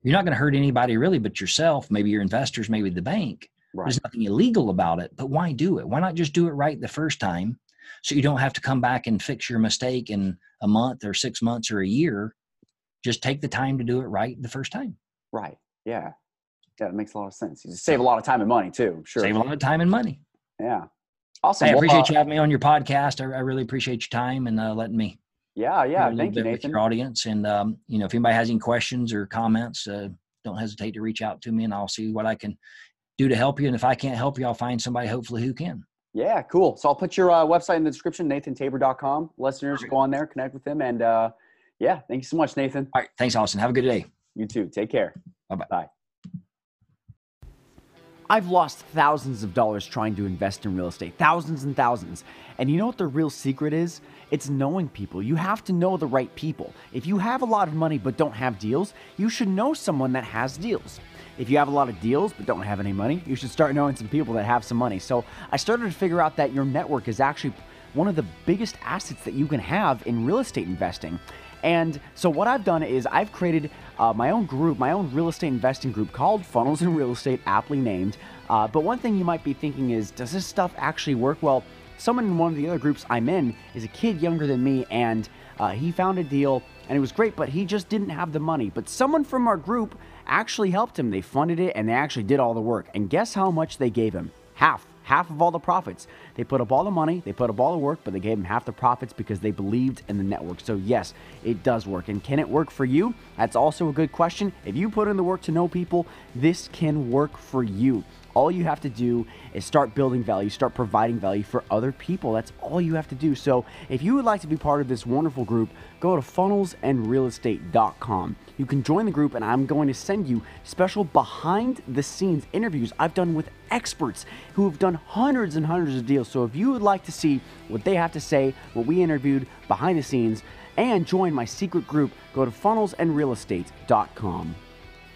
Speaker 2: you're not going to hurt anybody really but yourself, maybe your investors, maybe the bank.
Speaker 1: right,
Speaker 2: There's nothing illegal about it, but why do it? Why not just do it right the first time so you don't have to come back and fix your mistake in a month or six months or a year? Just take the time to do it right the first time.
Speaker 1: right. Yeah. Yeah, that makes a lot of sense. You just save a lot of time and money too. I'm Sure.
Speaker 2: Save a lot of time and money.
Speaker 1: Yeah. Awesome.
Speaker 2: Hey, I
Speaker 1: Well,
Speaker 2: appreciate
Speaker 1: uh,
Speaker 2: you having me on your podcast. I, I really appreciate your time and uh, letting me
Speaker 1: Yeah,
Speaker 2: share a
Speaker 1: yeah.
Speaker 2: little
Speaker 1: Thank you,
Speaker 2: bit with
Speaker 1: Nathan.
Speaker 2: your audience. And um, you know, if anybody has any questions or comments, uh, don't hesitate to reach out to me, and I'll see what I can do to help you. And if I can't help you, I'll find somebody hopefully who can.
Speaker 1: Yeah, cool. So I'll put your uh, website in the description, nathantabor.com. Listeners,
Speaker 2: Perfect.
Speaker 1: go on there, connect with him. And uh, yeah, thank you so much, Nathan.
Speaker 2: All right, thanks, Austin. Have a good day.
Speaker 1: You too. Take care.
Speaker 2: Bye-bye.
Speaker 1: Bye.
Speaker 3: I've lost thousands of dollars trying to invest in real estate, thousands and thousands. And you know what the real secret is? It's knowing people. You have to know the right people. If you have a lot of money but don't have deals, you should know someone that has deals. If you have a lot of deals but don't have any money, you should start knowing some people that have some money. So I started to figure out that your network is actually one of the biggest assets that you can have in real estate investing. And so what I've done is I've created uh, my own group, my own real estate investing group called Funnels in Real Estate, aptly named. Uh, but one thing you might be thinking is, does this stuff actually work? Well, someone in one of the other groups I'm in is a kid younger than me, and uh, he found a deal and it was great, but he just didn't have the money. But someone from our group actually helped him. They funded it and they actually did all the work. And guess how much they gave him? Half half of all the profits. They put up all the money, they put up all the work, but they gave them half the profits because they believed in the network. So, yes, it does work. And can it work for you? That's also a good question. If you put in the work to know people, this can work for you. All you have to do is start building value, start providing value for other people. That's all you have to do. So, if you would like to be part of this wonderful group, go to funnelsandrealestate.com. You can join the group, and I'm going to send you special behind the scenes interviews I've done with experts who have done hundreds and hundreds of deals. So, if you would like to see what they have to say, what we interviewed behind the scenes, and join my secret group, go to funnelsandrealestate.com.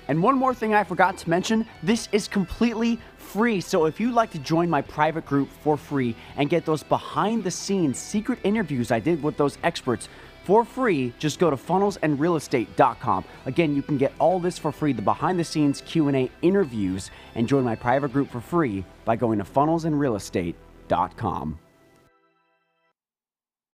Speaker 3: And one more thing I forgot to mention this is completely free. So if you'd like to join my private group for free and get those behind the scenes secret interviews I did with those experts for free, just go to funnelsandrealestate.com. Again, you can get all this for free, the behind the scenes Q&A interviews and join my private group for free by going to funnelsandrealestate.com.